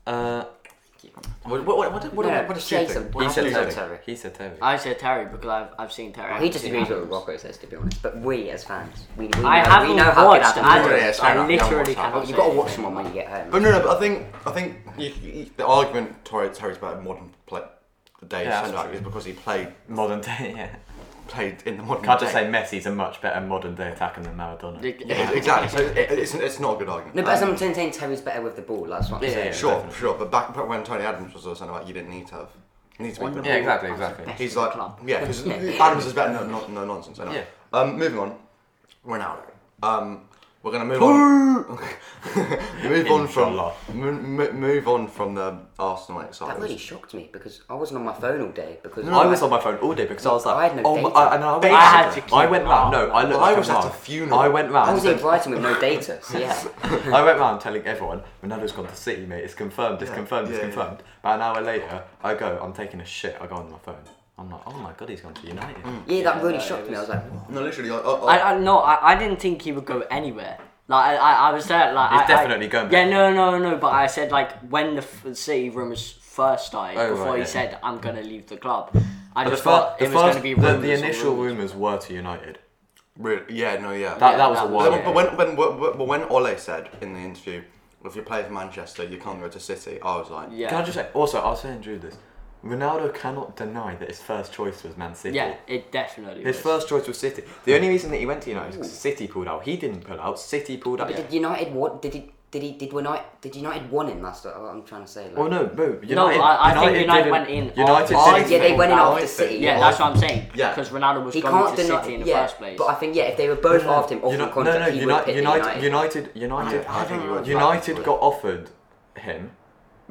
Uh, What, what, what, what, what, No, what a stupid Jason, thing. he I said think Terry. so, Terry. He said Terry. I said Terry because I've, I've seen Terry. I He haven't just seen agrees with Adams. what Rocco says, to be honest. But we, as fans, we, we I know, haven't we know how good watched Adam Yeah, yeah, is. Adams. it's fair I enough, you haven't literally watched that. cannot. You've got to say watch anything. them when you get home. But no, no, but I think I think you, you, the argument Torre Terry's about modern play, the day Yeah, centre that's back true. is because he played modern day. Yeah. played in the modern. Can't just day. say Messi's a much better modern day attacker than Maradona. Dig- Yeah, exactly. So it, it's, it's not a good argument. Um, No, but as I'm saying, saying Terry's better with the ball. That's what I'm Yeah, saying. yeah, Sure, definitely. sure, but back back when Tony Adams was a centre back, you didn't need to have. You need to be On the good. Yeah, ball, exactly, that's the exactly. best He's in the like, club. yeah, because Adams is better. No, no, no nonsense. I know. Yeah. Um, moving on, Ronaldo. Um, we're gonna move on. move on from Inshallah. m- m- move on from the Arsenal exercise. That really shocked me because I wasn't on my phone all day because I was on my phone all day because I was like, I had no oh, data. my, I, and I, Data. I I had to I keep went it round. up. No, I looked I like was a at a mug. funeral. I went round. I was in Brighton with no data. So yeah, I went round telling everyone, Ronaldo's gone to City, mate. It's confirmed. It's Yeah, confirmed. It's yeah, yeah. confirmed. About an hour later, I go. I'm taking a shit. I go on my phone. I'm like, oh my god, he's gone to United. Mm. yeah, that really no, shocked it me. I was was- like, No, literally. I, I, I, I, I no, I, I didn't think he would go anywhere. Like I, I, I was there. Like He's I, definitely I, going back. Yeah, no, no, no. But I said like when the f- City rumours first started, Oh, before right, he yeah. said I'm gonna leave the club. I But just the fir- thought the it was gonna first- be the, rumours. the initial rumours. rumours were to United. really, yeah, no, yeah. That, that Yeah, was a that while. was- ago. But when, when, when, when, when Ole said in the interview, if you play for Manchester, you can't go to City, I was like, Yeah. Can I just say? Also, I was saying Drew this. Ronaldo cannot deny that his first choice was Man City. yeah, it definitely. His was. first choice was City. The only reason that he went to United is because City pulled out. He didn't pull out. City pulled out. but did United what? Did he? Did he? Did United? Did United won in? That's what I'm trying to say. Like, Well, no, no. United, No, I, I think United didn't- went in. United didn't after Yeah, they Liverpool. went in Wow. after City. Yeah, that's what I'm saying. Yeah. Because Ronaldo was he going can't to deny. City in the yeah, first place. but I think yeah, if they were both after him off Uni- the contract, no, no, he Uni- would have picked United, United. United, United, I think he would. United got offered him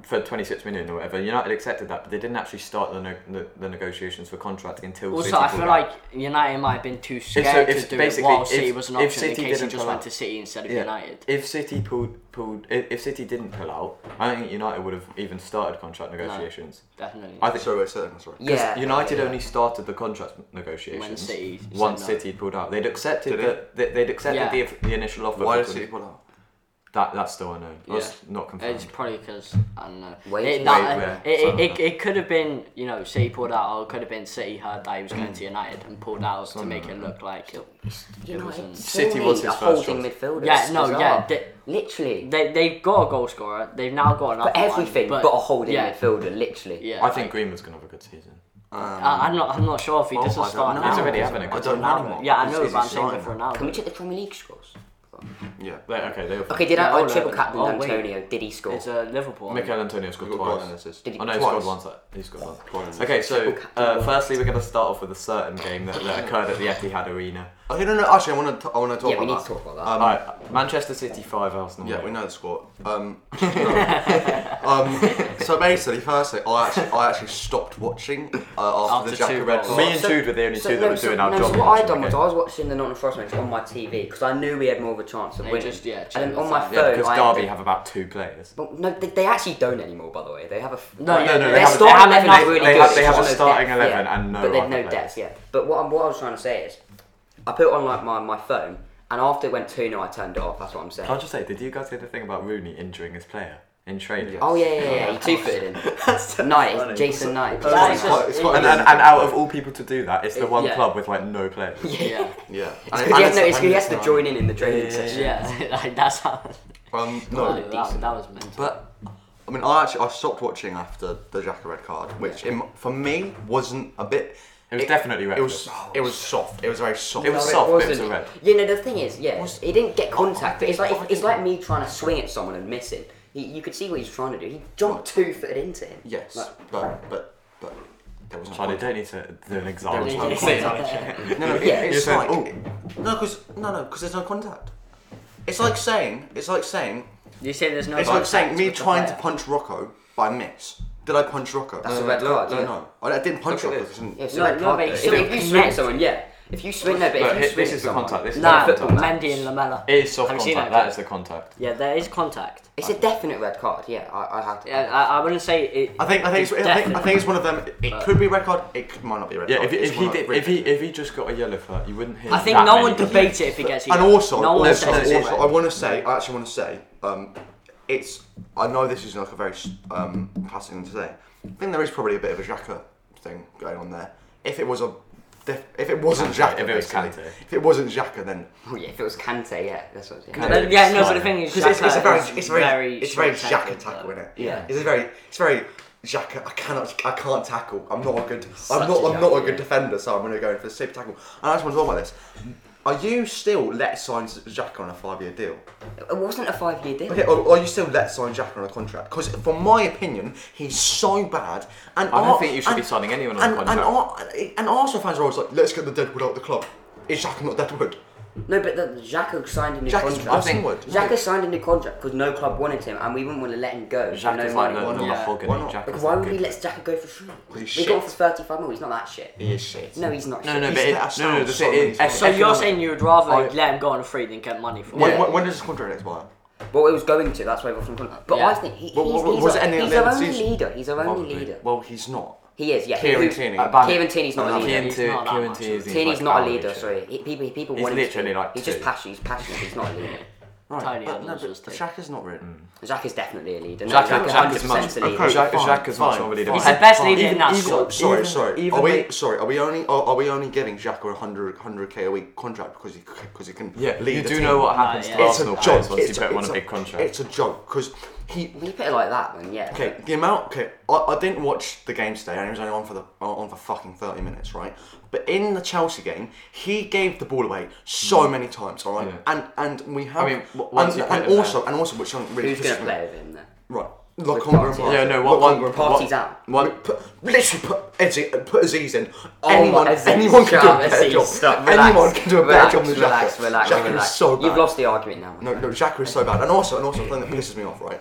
for 26 million or whatever. United accepted that, but they didn't actually start the, no- the, the negotiations for contract until. City Also, I feel pulled out. like United might have been too so- scared if to do it basically- while City if- was an if option in City case he didn't just pull went out. to City instead of Yeah. United. If City pulled pulled if, if City didn't pull out, I don't think United would have even started contract negotiations. Definitely. I Sorry, think sorry, sorry, sorry. Yeah, United yeah. only started the contract negotiations When City said once no. City pulled out. They'd accepted Did that they? would accepted Yeah. the, the initial offer. Why but did City pull out? That that's still unknown. That's Yeah. not confirmed. It's probably because I don't know. Wait, it, that, wait, uh, wait, it, something it, like it, could have been you know City pulled out, or it could have been City heard that he was going to United and pulled out to make it look like it, it United. wasn't. City surely was his a first holding choice. midfielder. Yeah, It's no, bizarre. yeah, they- literally They they've got a goal scorer. They've now got another for everything, one, but, a holding yeah, midfielder. Literally. Yeah, I think Greenwood's gonna have a good season. Um, I, I'm not. I'm not sure if he doesn't I don't start know. now. He's already having a I good don't time. know anymore. Yeah, I Is- know, is but I'm he saying signed? for now. Can we check the Premier League scores? Yeah. They, okay, they Okay, did I Yeah, oh, oh, triple no, captain oh, wait. Antonio? Did he score? It's a Liverpool. Mikel Antonio scored We've got goal and twice. assist. Did he- I know he Twice. scored once. uh, He scored once. Twice. Okay, so uh, firstly, we're going to start off with a certain game that, that occurred at the Etihad Arena. Okay, no, no. Actually, I want to. I want to talk Yeah, we about need that. to talk about that. Um, Alright, Manchester City five, Arsenal. Yeah, we nil. know the score. Um, um, so basically, firstly, I actually, I actually stopped watching uh, after, After the two Jack Red goals. Me Sox. and Jude were the only two that were doing our no, job. So what watching I done the was I game. was watching the Nottingham Forest match on my TV because I knew we had more of a chance of They winning. just- yeah, and then changed on my the phone, yeah, because I Derby had have about two players. the- well, no, they, they actually don't anymore. By the way, they have a f- No, yeah, no, their they have a- starting they have eleven is a- really they good. have- it's they just have a no starting depth, 11 yeah. and no but they've other no players. depth. Yeah, but what, I'm, what I was trying to say is, I put it on like my, my phone, and after it went two 0 I turned it off. That's what I'm saying. Can I just say, did you guys hear the thing about Rooney injuring his player in training? Oh yeah, yeah, yeah, yeah. He two footed him. Knight, Jason Knight. That is It's quite- just- it's quite And, and, and out of all people to do that, it's Uh, the one yeah. club with like no players. Yeah, Yeah. Because he, has- no, it's 'cause he has to join in in the training session. yeah. like, that's how. Um, That, no, that was mental. but I mean, I actually I stopped watching after the Jack Red card, which in, for me wasn't a bit. It was definitely It was. reckless. It was soft. It was very soft. It was No, soft, but it was wasn't. a red. You know, the thing is, yeah, Was- he didn't get contact. But it's like I it's, didn't- like me trying to swing at someone and missing. He, you could see what he's trying to do. He jumped two footed into him. Yes, Like, but but but there was no Charlie, point. don't need to do an example. Don't need to- No, no, it- Yeah, it's you're saying, like no, because no, no, because there's no contact. It's like saying, it's like saying, you say there's no. it's like contact saying me with the trying to player. punch Rocco by miss. Did I punch Rocco? That's a red card, No, yeah. no, I, I didn't punch Look at Rocco. this. I didn't- yeah, so No, like, no, but if, still if you connect. swing at someone, yeah. If you swing, no, but Look, if you this swing is at the someone, contact, this is Nah, the contact. Mendy and Lamella. It is soft Have you seen contact. that? That is the contact. Yeah, there is contact. it's a definite red card. Yeah, I, I have to. Yeah, I, I wouldn't say it. I think I think, it's, I think I definitely- think it's one of them. It could be red card. It could, might not be red Yeah, card. if, if It's he one of- did, if he if he just got a yellow for that, you wouldn't hear. I think that no many one complaints. debates it if he gets. and also, no one also, says also, it. I want to say, I actually want to say, um, it's. I know this is like a very um, classic thing to say. I think there is probably a bit of a Xhaka thing going on there. If it was a, def- if it wasn't Kante, Xhaka, if it was basically. Kante. if it wasn't Xhaka, then Oh, yeah, if it was Kante, yeah, that's what. Yeah. Kante. But yeah, no, but the thing is, because it's, it's a Xhaka very, is it's very, it's very short-sighted, Xhaka tackle, is but- it? Yeah. it's a very, it's very Xhaka. I cannot, I can't tackle. I'm not a good, I'm a not, I'm not a Xhaka, good defender, so I'm going to go in for the super tackle. And I just want to talk about this. Are you still let sign Xhaka on a five-year deal? It wasn't a five-year deal. Okay, or, or you still let sign Xhaka on a contract? Because, from my opinion, he's so bad. And I don't think you should be signing anyone on a and, And, contract. Ar- and Arsenal fans are always like, "Let's get the Deadwood out of the club." Is Xhaka not Deadwood? No, but the, Xhaka signed a new Xhaka's contract. worse than Wood. Xhaka signed a new contract because no club wanted him, and we wouldn't want to let him go. for Xhaka's no like money. the, the not? mahogany. Why not? Xhaka's Because why not would we good. let Xhaka go for free? He's we got him shit. for 35 mil, he's not that shit. He is shit. No, he's not No, no, He's shit. but it, let us no, no, down the so thing many is, times. So you're saying you would rather I- let him go on free than get money for When, him? when- when does his contract expire? Well, it was going to, that's why we've got But Yeah. I think he, What- he's, what- he's, was our, it any of he's the our end of the only season? leader. He's our only Probably. leader. Well, he's not. He is, yeah. he- Kieran who- Tierney. Abana- Kieran Tierney's not a leader. Kieran He's Tier- not that Kieran much. Tierney's Tierney's like not a Bowley, leader, isn't he? sorry. He, people, people He's want him to- literally like He's just two. passionate, he's passionate, he's not a leader. but Tony no, Adams but was taken. Xhaka's not written. Xhaka's definitely a leader. No, Xhaka- Xhaka's Xhaka's 100% a much- leader. Okay. Xhaka- fine, Xhaka's much fine, more leader. fine. He's the best leader in Even- that even- squad. Sorry, Even- sorry. even are we like- sorry? Are we only are, are we only giving Xhaka a 100 k a week contract because he because he can Yeah, lead you the do team? know what happens yeah. to It's It's a Arsenal joke. players once you It's put a, them on it's a big It's contract. a joke because He When you put it like that, then yeah. Okay, the amount. Okay, I, I didn't watch the game today, and it was only on for the on for fucking thirty minutes, right? But in the Chelsea game, he gave the ball away so Mm. many times, all right? Yeah. And and we have. mean, w- once and, you put and him also and also which I'm really Who's gonna pissed play with him then? me- Right, Lokonga and Party. Partey. Yeah, no, what one Lokonga and Party's Partey. out. One, Put, literally put Aziz, put Aziz in. anyone, Anyone- anyone can do a Aziz, better job. stop, relax. anyone can do a better Relax, job than Xhaka. Relax, relax, Xhaka relax. is so bad. You've lost the argument now. No, no, Xhaka is so bad. And also, and also, the thing that pisses me off, right?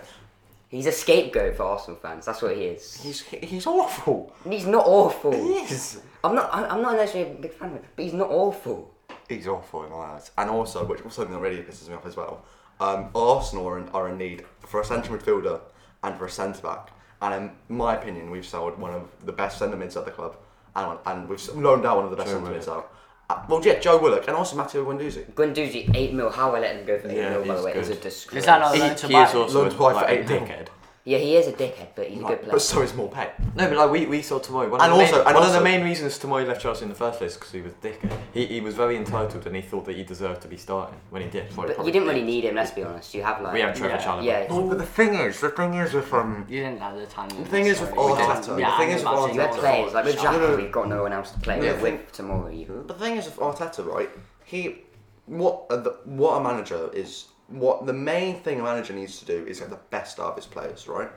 He's a scapegoat for Arsenal fans. That's what he is. He's he- he's awful. He's not awful. is. I'm not. I'm I'm not necessarily a big fan of him, but he's not awful. He's awful in my eyes. And also, which was something that really pisses me off as well, um, Arsenal are in, are in need for a central midfielder and for a centre back. And in my opinion, we've sold one of the best centre mids at the club, and one- and we've loaned out one of the best Joe centre mids out. Uh, well, yeah, Joe Willock and also Matteo Guendouzi. Guendouzi eight mil. How I let him go for eight Yeah, mil? By the he's way, is a good. disgrace. Is that not He- loan to he is buy? also Loaned by for like, a eight mil. dickhead. Yeah, he is a dickhead, but he's a good Like, player. but so is Morpay. No, but like we, we saw Tomoy. And One of the also- and main, one of also- the main reasons Tomoy left Chelsea in the first place because he was a dickhead. He, he was very entitled and he thought that he deserved to be starting when he did. well, he But probably you didn't really did. need him. Let's be honest. You have like We have Trevor Yeah. Chalobah. yeah. but the thing is, the thing is with um, You didn't have the time. The thing is with Arteta, the thing is with You have Arteta- players like with No, no, Xhaka, no. we've got no one else to play Yeah. with. With tomorrow, you. But the thing is with Arteta, right? He, what uh, the, what a manager is. What the main thing a manager needs to do is get the best out of his players, right?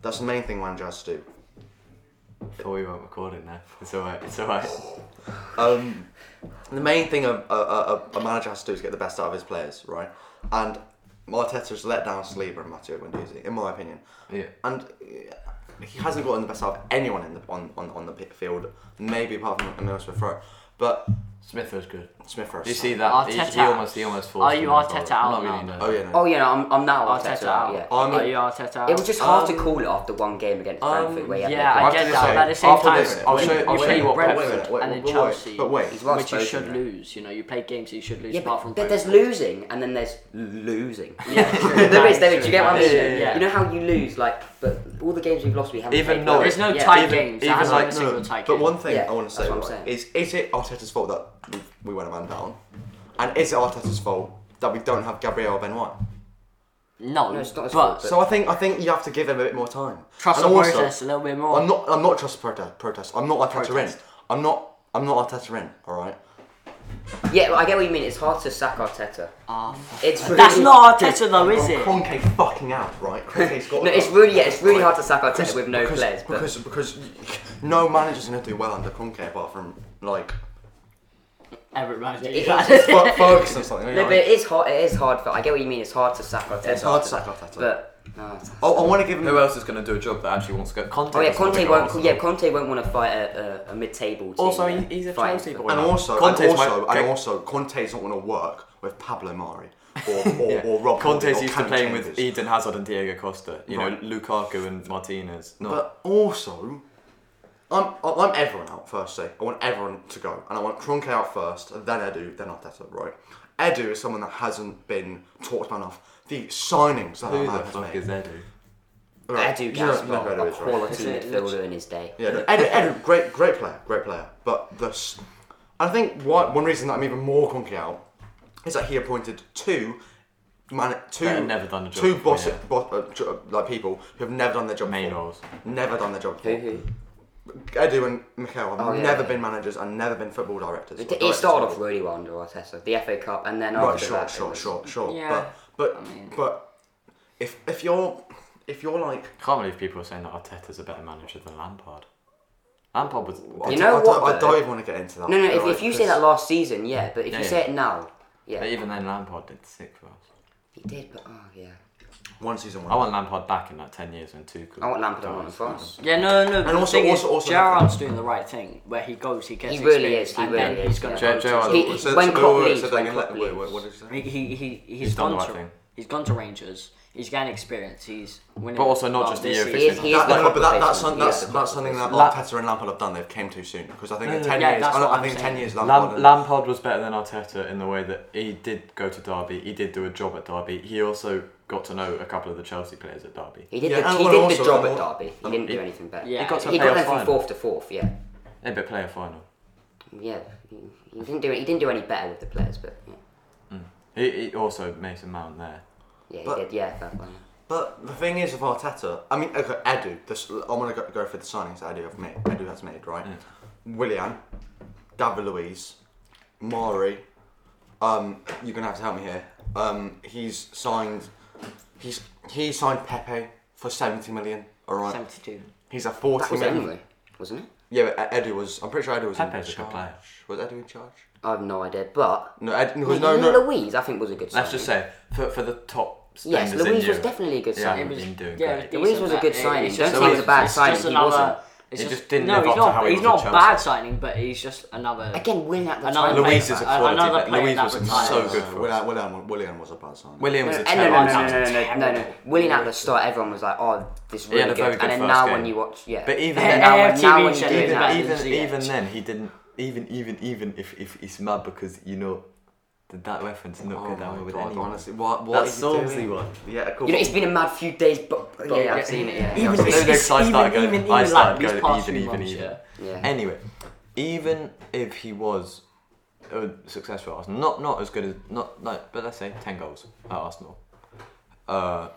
That's the main thing a manager has to do. Oh, we weren't recording that. It's alright. It's alright. Um, the main thing a, a, a, a manager has to do is get the best out of his players, right? And Arteta's let down Saliba and Matteo Guendouzi, in my opinion. Yeah. And uh, he hasn't gotten the best out of anyone in the, on, on, on the pit field, maybe apart from Emil Smith Rowe. But Smith was good. Smith Rowe. You see that? He, he Arteta. almost he almost forced Are you him as well. Arteta I'm out Not really. now? Oh, yeah, no. Oh yeah, no, I'm, I'm now Arteta out. Yeah. I'm- Are you Arteta out? Um, It was just hard to call it after one game against Brentford. Where he had no yeah, I players. have to get that. say, but at the same after time, this- I'll you- show you- you I'll show play you what- wait a minute, Brentford wait, and then wait, wait, Chelsea, but wait. He's well which you spoken, should yeah. lose. You know, you play games that you should lose. Yeah, apart but from th- there's Brentford. losing and then there's losing. Yeah, true, there that is, there is. true, Do you get what that I mean? is true, yeah. You know how you lose, like, but all the games we've lost, we haven't. Even played though- well. There's no yeah. tight Even- games. even Even like- like a single No, tight but game. one thing Yeah, I want to say that's what I'm right, saying. is: is it Arteta's fault that we- we went a man down, and is it Arteta's fault that we don't have Gabriel Benoit? No, No, it's not his but fault, So I think I think you have to give him a bit more time. trust the And also, process a little bit more. I'm not. I'm not trust protest. Protest. I'm not Arteta in. Protest. I'm not. I'm not Arteta in. All right. Yeah, well, I get what you mean. It's hard to sack Arteta. Ah, It's really, That's not Arteta though, is it? Conte fucking out. Right. Conte's got. No, it's really yeah, it's really hard to sack Arteta with no because, players. But Because because no manager's gonna do well under Conte apart from like Everybody. It- Fer- Ferguson or something. you know? no, but it is hard. It is hard. For, I get what you mean. It's hard to sack Arteta. It's hard to sack Arteta. But no, it's- I, I want to give him. Who else is going to do a job that actually wants to go? Conte. oh yeah, doesn't wanna Conte go won't. Arsenal. Yeah, Conte won't want to fight a, a, a mid-table team. Also, yeah, he- he's a fighting Chelsea for- boy. And also, Conte's and also, my- and also, Conte's not going to work with Pablo Mari or or, Yeah. or Rob. Holding Conte's or used to Cam playing with Chambers. Eden Hazard and Diego Costa. You Right. know, Lukaku and Martinez. Not But also, I'm I- I'm everyone out firstly. I want everyone to go, and I want Kroenke out first, then Edu, then Arteta. Right? Edu is someone that hasn't been talked about enough. The signings that who I the have fuck made. is Edu? Right, Edu you know- you know who Gaspar, Edu a is, right? quality Is it- midfielder in his day. Yeah, no, Edu, Edu, great, great player, great player. But the, s- I think one, one reason that I'm even more conky out is that he appointed two, man, two, That have never done the job two before, boss, yeah. boss uh, jo- uh, like people who have never done their job. Main before. roles. never done their job. Who? Before. Who? Edu and Mikel have Oh, yeah, never yeah. been managers and never been football directors. It, it started off really well under Arteta, the FA Cup, and then right, after sure, that, it sure, was- sure, sure. Yeah, But but I mean- but if if you're if you're like Can't believe people are saying that Arteta's a better manager than Lampard. Lampard I was. You don't- know I don't, what, I though? don't even want to get into that. No, no. If, right, if you say because- that last season, yeah, but if Yeah, you yeah. say it now, But yeah, even then, Lampard did sick for us. he did. But oh yeah, one season, Oh, one I want Lampard back in that ten years when Tuchel. I want Lampard on dies. France. Yeah, no, no. And also- also, the thing also- is, also- Gerrard's doing the right thing. Where he goes, he gets He really experience, is, he and really then is, he's going to yeah. Ger- go to. Gerrard- He- he- when wait, Klopp wait, leaves, so they when can Klopp let- wait, wait, leaves. what did you say? He, he, he, he's, He's done gone the right to, thing. He's gone to Rangers. He's gained experience. He's winning. But also not well, just this the year season. fixing. He That, is the no, but that, that's, competition. some, He that's, is the that's something that La- Arteta and Lampard have done. They've came too soon because I think in no, ten yeah, years, that's I, don't- what I think I'm in ten saying. years Lam- Lampard. Lampard was better than Arteta in the way that he did go to Derby. He did do a job at Derby. He also got to know a couple of the Chelsea players at Derby. He did. Yeah, the, and he well, did also- the job and al- at Derby. He didn't he- do anything better. yeah. He He got, got to he play got a them from final. fourth to fourth. Yeah, Yeah, but play a final. yeah. He, he didn't do. He didn't do any better with the players, but yeah, He, he also Mason Mount there. yeah he But- did. Yeah, fair play. But the thing is with Arteta, I mean, okay, Edu. This, I'm gonna go, go for the signings Edu have made. Edu has made right. Willian, David Luiz, Mari. Um, you're gonna have to help me here. Um, he's signed. He's he signed Pepe for 70 million. All right. 72. He's a That 40 was million. Emily, wasn't it? Yeah, but Edu was. I'm pretty sure Edu was Pepe's a in good charge. player. Was Edu in charge? I have no idea, but No, Ed, no, Louise, no, no. Louise, I think, was a good. Let's signing. just say for for the top spenders Yes, in Louise was Europe, definitely a good Yeah. signing. It was- been doing yeah, great. it Luiz decent, was a good but it- signing. it's Don't just- say it was a bad it's signing, just he another- wasn't. It's It just didn't no, live he's up to not, how he he's was at not Chelsea. bad signing, but he's just another. Again, Win at the Another time. player- Louise is a uh, quality, another but player Louise that was retires. So Uh, good for Willian, Willian, Willian was a bad signing. William was a And no, no, terrible. no, no, signing. no, no, no, no. Willian at the start, everyone was like, "Oh, this is He had really a very good." good And then first now, game. when you watch, yeah, But even Hey, then, now, hey, when, AFTV now when you show do is that, back. even even, Ziyech. even then he didn't even even even if, if it's mad because you know that, that reference not Oh go down my well with God, anyone. honestly, what what That's are you doing? Stormzy one. Yeah, cool. you know, it's been a mad few days, but, but yeah, I've seen it. Yeah, Even I've seen No, this- it. no, 'cause I even- started going. even- I even, started like, these going past even, few even, months, even. yeah. Anyway, even if he was uh, successful at Arsenal, not not as good as not like, but let's say ten goals at Arsenal, uh,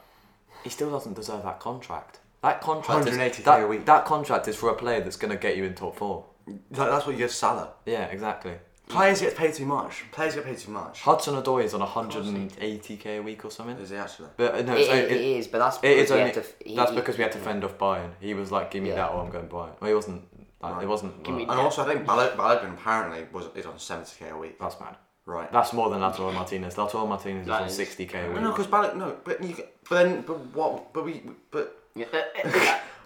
he still doesn't deserve that contract. That contract is 180K that, a week. that contract is for a player that's going to get you in top four. That- that's what you give Salah. Yeah, exactly. Players get paid too much. Players get paid too much. Hudson Odoi is on 180k a week or something. Is he actually? But uh, no, It- it's, it- it- it is, but that's it is because we only had to. f- he- that's he- because we had to fend off Bayern. He was like, "Give me Yeah. that, or I'm going Bayern." Well, he wasn't. Like, It wasn't. Give me- like, And also, I think Bal- Balogun apparently was is on 70k a week. that's mad. Right. That's more than Lautaro Martinez. Lautaro Martinez is That on is- sixty k a no, no, week. because Balogun. No, but you. But then, but what? But we. But Yeah.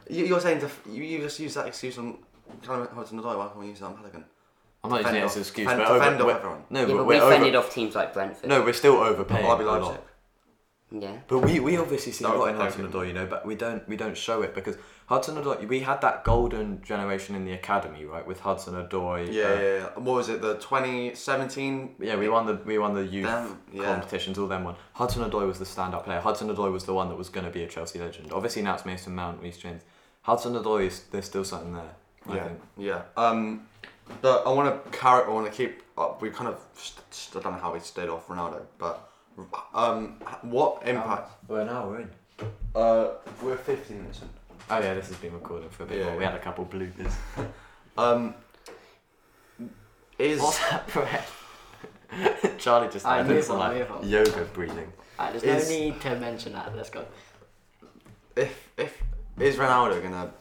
you, you're saying to, f- you, you just use that excuse on kind of Hudson Odoi. Why can't we use that on Balogun? I'm not using it Fend as an off- excuse, fend- but to over, fend off we're- everyone. no, Yeah, but but we we're fended over, off teams like Brentford. no, we're still overpaying. RB a lot. Leipzig. Yeah. But we, we obviously see a No, lot in no, Hudson no. Odoi, you know, but we don't we don't show it because Hudson Odoi. We had that golden generation in the academy, right, with Hudson Odoi. Yeah, uh, yeah, yeah. What was it? The 2017. Yeah, we won the we won the youth Them, yeah. competitions. All them won. Hudson Odoi was the standout player. Hudson Odoi was the one that was going to be a Chelsea legend. Obviously now it's Mason Mount, Reece James. Hudson Odoi is there's still something there. I Yeah, think. yeah. Um, but I want to carry. I want to keep. Uh, we kind of. St- st- I don't know how we stayed off Ronaldo, but um, h- what impact? Well now we're in. Uh, we're 15 minutes in. Oh yeah, this has been recorded for a bit Yeah, more. We yeah. had a couple bloopers. Um, is What's that breath? Charlie just Alright, had this move on, like move on. yoga breathing. Alright, there's Is- no need to mention that. Let's go. if if is Ronaldo gonna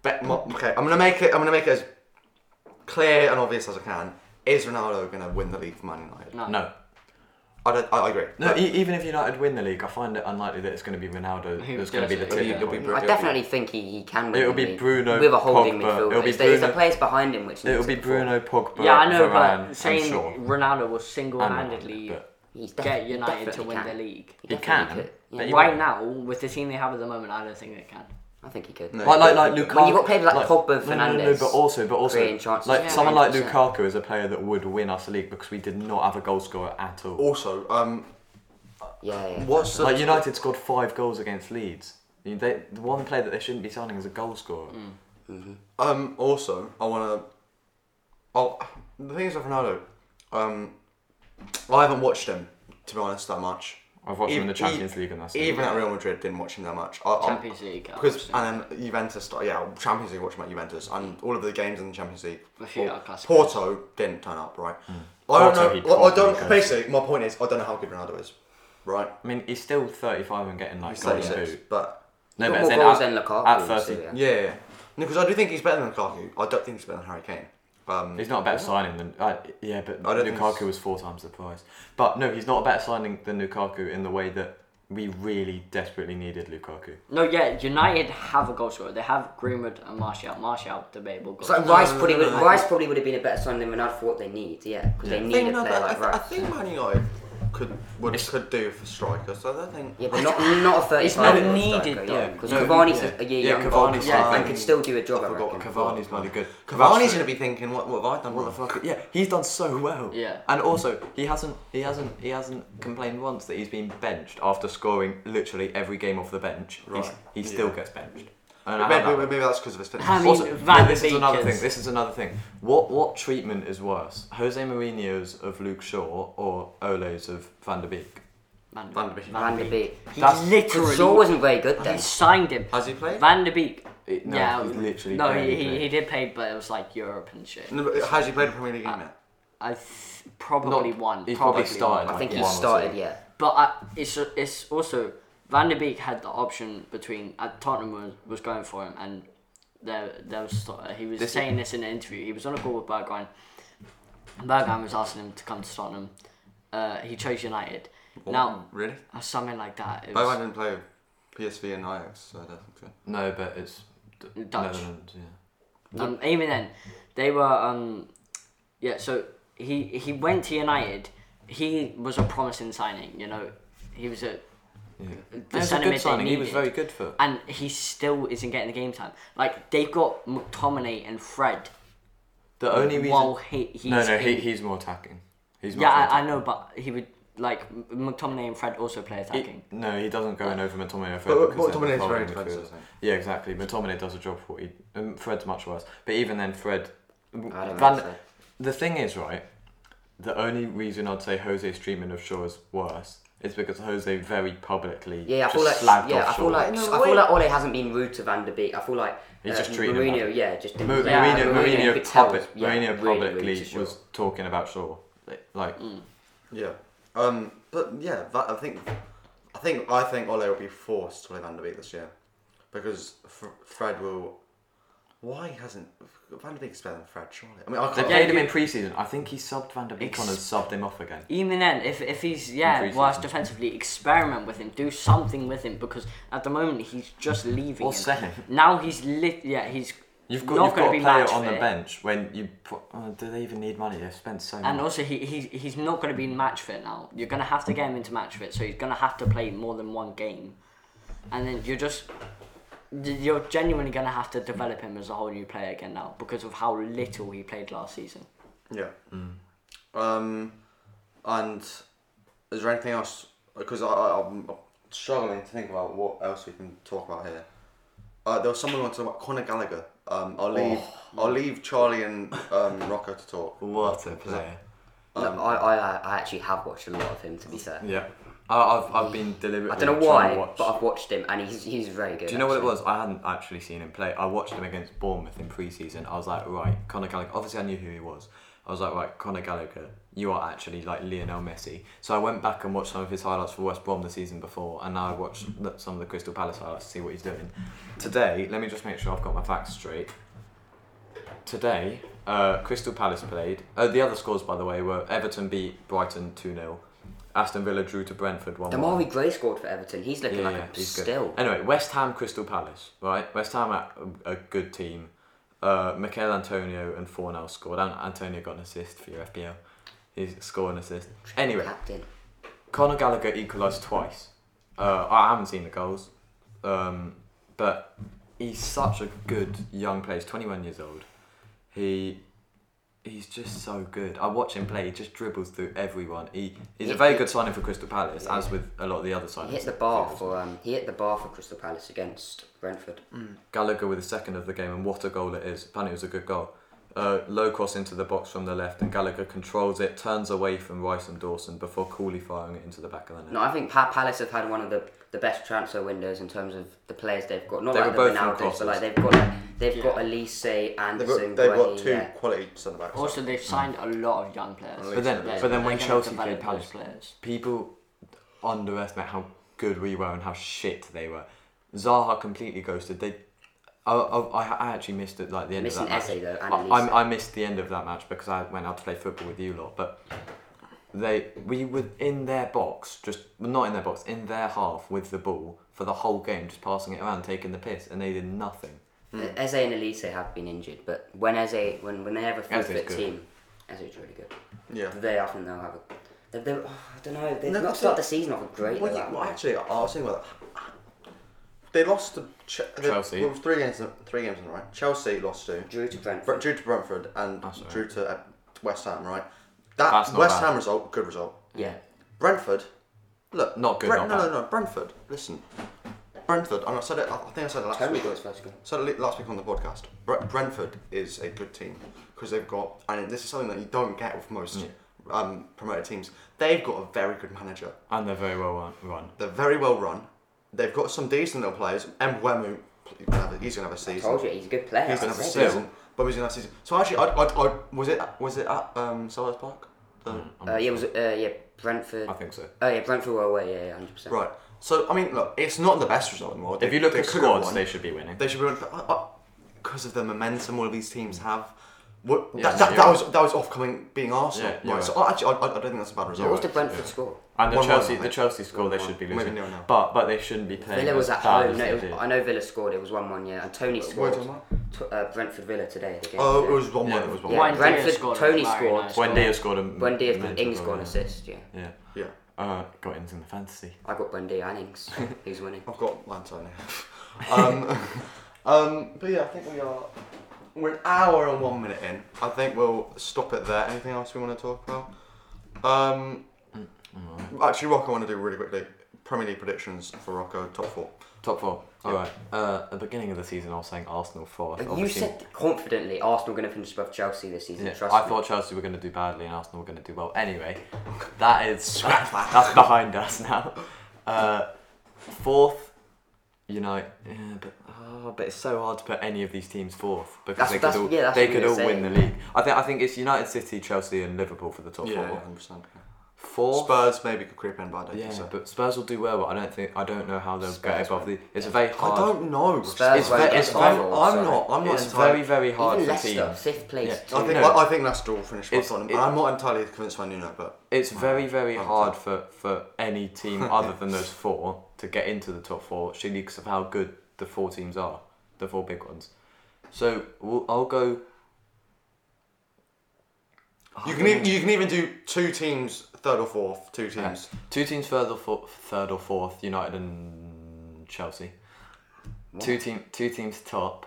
bet? Mo- okay, I'm gonna make it. I'm gonna make it as clear and obvious as I can. Is Ronaldo gonna win the league for Man United? No. No, I don't. I, I agree. no. E- even if United win the league, I find it unlikely that it's going to be Ronaldo. Who It's going to be the does it? tipping It'll be point. Bru- I definitely think he, he can win. It'll the be league Bruno, with a holding Pogba, midfielder. it'll be It's the- it's the Bruno- players behind him which It'll needs be to perform. Bruno, Pogba, Yeah, I know, Varane, but and saying Shaw. Ronaldo will And Ronaldo, single-handedly but- He's defi- get United to definitely win can. the league. He He definitely can, could. but Yeah. he Right won't. now, with the team they have at the moment, I don't think they can. I think he could. No. Like, like, like Lukaku. When you've got people like Pogba, no, no, no, Fernandes but also, but also, creating chances, like yeah, someone like 100%. Lukaku is a player that would win us the league because we did not have a goal scorer at all. Also, um, Yeah, yeah. what's the Like United scored five goals against Leeds. I mean, They, the one player that they shouldn't be signing is a goal scorer. Mm. Um. Also, I want to. Oh, the thing is with Ronaldo, um, I haven't watched him to be honest that much. I've watched him in the E- Champions e- League and that's it. Even at Real Madrid, didn't watch him that much. I, I- Champions League. I Because would say. and then Juventus, yeah, Champions League. Watched him at Juventus and all of the games in the Champions League. I think Por- our classic- Porto didn't turn up, right? I Hmm. Porto, don't he'd know. I, I probably don't. go. Basically, my point is, I don't know how good Ronaldo is, right? I mean, he's still 35 and getting like He's goals in 36, boot. but No, got but more then goals at, than Lukaku, at 30, so yeah. yeah, yeah, yeah. No, because I do think he's better than Lukaku. I don't think he's better than Harry Kane. Um, He's not a better signing than uh, yeah, but I don't think Lukaku he's- was four times the price. But no, he's not a better signing than Lukaku in the way that we really desperately needed Lukaku. No, yeah, United have a goal scorer. They have Greenwood and Martial. Martial, debatable goal It's like scorer. Rice no, probably no, would, no, I Rice probably would have been a better sign than Ronaldo for what they need. Yeah, because they I need think, a no, player but I, like th- I Rice. think Man United could would, could do for strikers. So I don't think. Yeah, but not not a It's thirty-five. not year old needed, striker, though. yeah, because No, Cavani's yeah. a year Yeah, younger Cavani's yeah, fine. and can still do a job. I I, forgot reckon. Cavani's bloody good. Cavani's going to be thinking, what, what have I done? What the fuck? Yeah, he's done so well. Yeah. And also, he hasn't, he hasn't, he hasn't complained once that he's been benched after scoring literally every game off the bench. He's- Right. He still gets benched. And I had Maybe, that maybe, that's because of his fitness. I mean, Also, Van this is another Beekers. thing. This is another thing. What what Uh, treatment is worse, Jose Mourinho's of Luke Shaw or Ole's of Van der Beek? Van Van der Beek. Van der Beek. He That's- literally Shaw wasn't very good he then. signed him. Has he played? Van der Beek. It- no, yeah, he's literally no, he, barely he, played. he did play, but it was like Europe and shit. No, but has he played a Premier League game yet? I th- probably Not- won. he's probably won. started, I like, think he one or started, two. yeah. But I, it's it's also Van der Beek had the option between uh, Tottenham was, was going for him, and there there was uh, he was saying this in an interview. He was on a call with Bergwijn. Bergwijn was asking him to come to Tottenham. Uh, he chose United. Now really? uh, something like that. It was- Boban didn't play PSV and Ajax, so I don't think so. No, but it's D- Dutch. Netherlands, yeah. Um, even then, they were um, yeah. So he he went to United. He was a promising signing. You know, he was a Yeah. the That's a sentiment they good signing. He was needed. very good for. and he still isn't getting the game time. Like they've got McTominay and Fred. The only reason. while he, he's no, no, he, in- he's more attacking. He's yeah, much more I, I know, but he would like M- McTominay and Fred also play attacking. attacking. He- no, he doesn't go in over Matomine. But- but Matominay is very defensive, isn't Yeah, exactly. Matomine does a job for what he. Um, Fred's much worse. But even then, Fred. I don't Van- think so. The thing is, right? The only reason I'd say Jose's treatment of Shaw is worse is because Jose very publicly Yeah, I just feel slagged like yeah, off I Shaw. feel like No, I wait. feel like Ole hasn't been rude to Van der Beek. I feel like He's uh, just treating him Mourinho, like- yeah, just didn't- Mou- yeah, Mourinho, you Mourinho, could tell, public, yeah, Mourinho really Mm. rude publicly to Shaw. was talking about Shaw. Like, Yeah. Um, but yeah, that, I think, I think I think Ole will be forced to play Van der Beek this year because F- Fred will. Why hasn't Van der Beek's better than Fred? Surely. I mean, I they can't. Yeah, played him you- in pre-season. I think he subbed Van der Beek on and Ex- subbed him off again. Even then, if, if he's In yeah preseason. worse defensively, experiment with him, do something with him because at the moment he's just leaving. Or him. sell him. Now he's lit. Yeah, he's You've got not you've gonna got a be player match on the fit. bench when you put, oh, do they even need money? They've spent so And much. also, he, he he's not going to be match fit now. You're going to have to get him into match fit, so he's going to have to play more than one game. And then you're just you're genuinely going to have to develop him as a whole new player again now because of how little he played last season. Yeah. Mm. Um, and is there anything else? Because I, I, I'm struggling to think about what else we can talk about here. Uh, there was someone who wanted to talk about Conor Gallagher. Um, Oh, I'll leave. I'll leave Charlie and um, Rocco to talk. what a player! No, um, I, I, I actually have watched a lot of him to be fair. Yeah, I, I've I've been deliberately. I don't know trying to why, watch- but I've watched him and he's he's very good. do you know what it was? I hadn't actually seen him play. I watched him against Bournemouth in pre-season. I was like, right, Conor Gallagher. Obviously, I knew who he was. I was like, right, Conor Gallagher, you are actually like Lionel Messi. So I went back and watched some of his highlights for West Brom the season before, and now I watched the- some of the Crystal Palace highlights to see what he's doing. Today, let me just make sure I've got my facts straight. Today, uh, Crystal Palace played. Uh, the other scores, by the way, were Everton beat Brighton 2 0. Aston Villa drew to Brentford 1 1. Damari Gray scored for Everton. He's looking like a he's good. still. Anyway, West Ham, Crystal Palace, right? West Ham are a good team. Uh, Mikel Antonio and Fornell scored. An- Antonio got an assist for your FPL. He's scored an assist. Anyway, Captain. Conor Gallagher equalised twice. Uh, I haven't seen the goals, um, but he's such a good young player. He's 21 years old. He he's just so good. I watch him play. He just dribbles through everyone. He he's a very good signing for Crystal Palace, as with a lot of the other signings. He hit the bar for um, he hit the bar for Crystal Palace against Brentford. Gallagher with the second of the game, and what a goal it is! Apparently, it was a good goal. Uh, low cross into the box from the left, and Gallagher controls it, turns away from Rice and Dawson before coolly firing it into the back of the net. No, I think Pa- Palace have had one of the, the best transfer windows in terms of the players they've got. Not They like were the both on Ronaldo's, but like crosses. they've got they've got Elise They've Anderson. got, they've got Gueye, two yeah. quality centre backs. Also, they've signed a lot of young players. But then, Yeah, but then when they're gonna Chelsea develop played Palace, those players. people underestimate how good we were and how shit they were. Zaha completely ghosted. They, I, I, I- I actually missed it like the end Missed of an that essay, though, match. and I, Elise. I, I missed the end of that match because I went out to play football with you lot. But they, we were in their box, just well, not in their box, in their half with the ball for the whole game, just passing it around, taking the piss, and they did nothing. Eze and Elise have been injured, but when Eze when when they have a full Eze's fit good. team, Eze's really good. Yeah. They often they'll have a. They, they, oh, I don't know. They've No, not but start they- the season off great. Well, though, yeah, haven't well, they? actually, I was thinking about that. They lost to Ch- they- Chelsea. Well, three games, in- three games in a row. Chelsea lost to Drew to Br- Brentford. drew to Brentford and Oh, sorry. drew to uh, West Ham. Right, that That's not West bad. Ham result, good result. Yeah. Brentford, look, Not good, Brent- not no, bad. no, no, Brentford. Listen, Brentford. And I said it. I think I said it last Tony week. got his first goal. Said it last week on the podcast. Bre- Brentford is a good team because they've got, and this is something that you don't get with most Mm. um, promoted teams, they've got a very good manager. and they're very well run. run. They're very well run. They've got some decent little players. Mbwemu, he's gonna have a season. Told you, he's a good player. He's gonna have a That's Still. season. But he's gonna have a season. So actually, I, I, I was it was it at um, Sellers Park? The- Mm. it. Uh, yeah, was it, uh, yeah, Brentford. I think so. Oh yeah, Brentford were away. Yeah, hundred percent. Right. So I mean, look, it's not the best result in the world. If They- you look they at could have squads, won. they should be winning. They should be because uh, of the momentum all of these teams have. What, Yeah, that, that, yeah. that was that was off coming being Arsenal. Yeah, yeah. right. So I actually, I, I I don't think that's a bad result. What was the Brentford score? And the One-one, Chelsea, I the think. Chelsea score, they One-one. should be Maybe losing. nil-nil. But but they shouldn't be playing. Villa was as at bad home. as No, they it was, did. I know Villa scored. It was one-one. Yeah, and Tony scored. was it, T- uh, Brentford Villa today. The game Oh, it today. was one Yeah, one. it was Yeah, one-one. Wendy Brentford. scored Tony a very scored. nice When Dia scored a m- Buendia mental scored. Ings goal, got an yeah. assist. Yeah, Yeah, Yeah, uh, got Ings in the fantasy. I got Buendia and Ings. He's winning. I've got Lanton here. um, um, but yeah, I think we are. We're an hour and one minute in. I think we'll stop it there. Anything else we want to talk about? Um, Mm, actually, Rocco, I want to do really quickly. Premier League predictions for Rocco top four. Top four. All right. Uh, at the beginning of the season, I was saying Arsenal four. But you Obviously- said confidently Arsenal going to finish above Chelsea this season. Yeah, Trust I me. thought Chelsea were going to do badly and Arsenal were going to do well. Anyway, that is that's behind us now. Uh, fourth, United, yeah, but oh, but it's so hard to put any of these teams fourth because That's- they could that's- all yeah, that's they what could we all were win the league. I think I think it's United, City, Chelsea, and Liverpool for the top Four, four. 100%. Four. Spurs maybe could creep in, but I don't Yeah, think so. but Spurs will do well, but I don't think I don't know how they'll Spurs get above the. won't. It's a very I hard. don't know. Spurs It's, won't ve- get it's above very. us, I'm sorry. not. I'm not It's entirely. very very hard Even for Leicester, teams. fifth place. Yeah. two. I think. No. I, I think Leicester will finish above It's- Tottenham. it- I'm not entirely convinced by Nuno, but It's very, very Okay. hard for, for any team other than those four to get into the top four, surely because of how good the four teams are, the four big ones. So we'll, I'll go. Oh, you can even, you can even do two teams third or fourth. Two Yeah. teams. Two teams third or fourth, third or fourth, United and Chelsea. Two team, two teams top,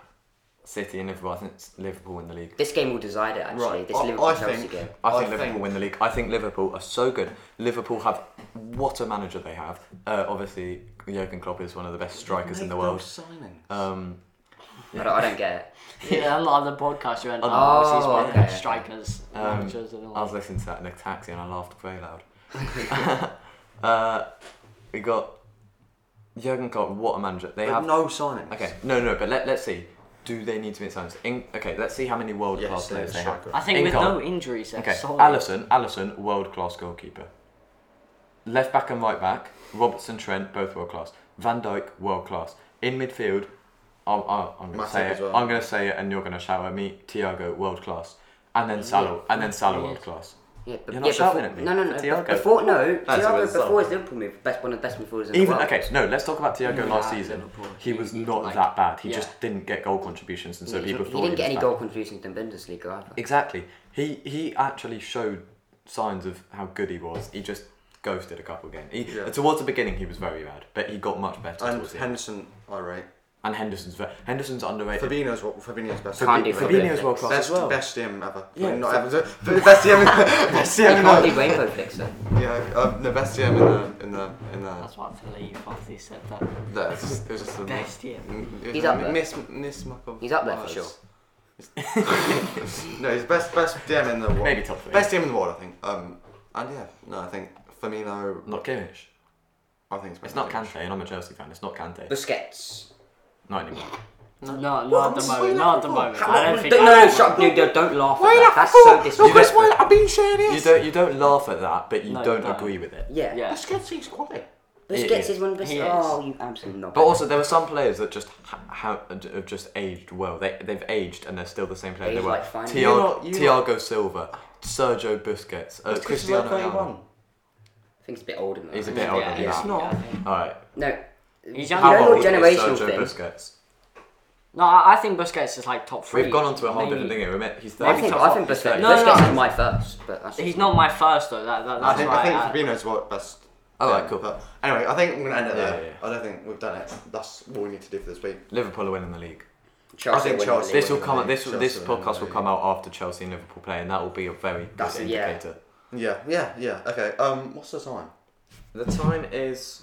City and Liverpool. I think it's Liverpool in the league. This game will decide it actually. Right, This I- Liverpool I Chelsea think- game. I think I Liverpool think- win the league. I think Liverpool are so good. Liverpool have what a manager they have. Uh, obviously, Jurgen Klopp is one of the best strikers in the world. Um, I, don't, I don't get it. Yeah, a lot of the podcasts you went, oh, Oh, this is one of the okay. strikers, Um, managers, and I all. was listening to that in a taxi and I laughed very loud. uh, we got Jurgen Klopp. What a manager they have. no signings. Okay, no, no, but let us see. Do they need to make signs? In, okay, let's see how many world Yes, class they players have they have. striker. I think In with goal. no injuries, that's Okay, solid. Allison, Allison, world class goalkeeper. Left back and right back, Robertson, Trent, both world class. Van Dijk, world class. In midfield, I'm, I'm, I'm going Matip to say as it. well. I'm going to say it, and you're going to shout at me. Thiago, world class, and then Salah, and then Salah, world class. Yeah, but, You're yeah, not shouting before, at me. No, no, no. Thiago. Before no, That's what Thiago it's before on. his Liverpool move, best one of the best midfielders in the Even world. okay, no. Let's talk about Thiago last season. Liverpool. He was He- he not like- that bad. He yeah. just didn't get goal contributions, and so Yeah, he, people he thought didn't was get any bad. goal contributions in the Bundesliga either. Exactly. He he actually showed signs of how good he was. He just ghosted a couple of games. He, Yeah. Towards the beginning, he was very bad, but he got much better And towards the end. Henderson, I rate. And Henderson's ve- Henderson's underrated. Fabinho's what Fabinho's best. Can't do Fabinho- Fabinho's world class Best, as well. best DM ever. Yeah. Yeah, not ever. the Best DM. Best He DM. In can't the, do rainbow flicks though. yeah, uh, the best DM in the in the in the. That's what I feel like you obviously said that. No, it's just, it was just a Best DM. Mm, it was He's a up there. Miss miss muck of He's up there for words. sure. No, he's best best DM in the world. Maybe top three. Best DM in the world, I think. Um, and yeah, no, I think Firmino. Not Kimmich. I think it's, It's not Fabinho. Kante, and I'm a Chelsea fan. It's not Kante. Busquets. Not anymore. No, not at the moment. Not at the moment. Come I on, don't think. Don't, no, no, shut up, dude. Don't don't laugh at that. That's so disrespectful. I've been saying You don't you don't laugh at that, but you No, you don't don't. agree with it. Yeah. Yeah. Busquets' quality. Busquets He is. is one of the best. He is. Oh, you absolutely not. But also, there were some players that just ha- ha- have just aged well. They they've aged and they're still the same player Aged they were. like fine. Tiago, You're not- you're Thiago Silva, Sergio Busquets, uh, Cristiano Ronaldo. I think he's a bit older than He's a that. bit older than yeah, that. yeah, I think. All right. No. He's You young. know How your old is generational Sergio thing. Busquets? No, I I think Busquets is like top three. We've gone on to a whole Maybe- different thing here. We're met- He's I thirty. think top I half, think he's Busquets, thirty. No, no, Busquets no. is my first, but that's He's not my first though. That, that that's I think why I think I- Fabinho's what best. All Oh, right, yeah, cool. But anyway, I think we're gonna end it Yeah, there. yeah, I don't think we've done it. That's all we need to do for this week. Liverpool are winning the league. Chelsea. I think win the Chelsea- league. This will come. This Chelsea this are winning podcast the will come out after Chelsea and Liverpool play, and that will be a very That's- good yeah. indicator. Yeah, yeah, yeah. Okay. Um, what's the time? The time is.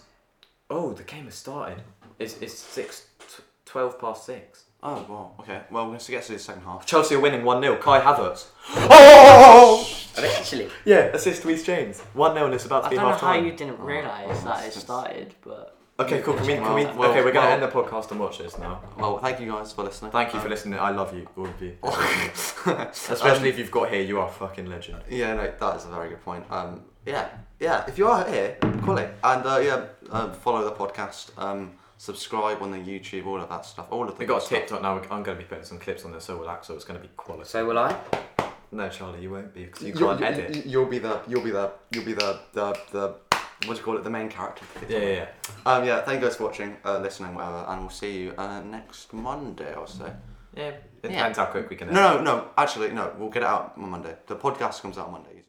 Oh, the game has started. It's it's six, t- twelve past six. Oh wow. Okay. Well, we're gonna get to the second half. Chelsea are winning one 0 Kai Havertz. Oh! Eventually. Yeah, assist to East James. 1 0 and it's about to I be don't know half how you time. oh, didn't realise that it started, but Okay, cool. Can we, can we, Well, well, okay, we're going well- to end the podcast and watch this now. Well, thank you guys for listening. Thank you for Um, listening. I love you, all of you. Especially Especially if you've got here, you are a fucking legend. Um, Yeah, no, that is a very good point. Um, yeah, yeah. If you are here, call it and uh, yeah, um, follow the podcast. Um, subscribe on the YouTube, all of that stuff. All of the We good got a stuff. TikTok now. I'm going to be putting some clips on there, so will Axel. It's going to be quality. So will I. no, Charlie, you won't be because you You'll, can't you, edit. you- you'll be the you'll be the you'll be the the, the what do you call it the main character. yeah, yeah, yeah. Um, yeah. Thank you guys for watching, uh, listening, whatever, and we'll see you uh, next Monday or so. It depends how quick we can. edit. No, no, no. Actually, no. We'll get it out on Monday. The podcast comes out on Monday.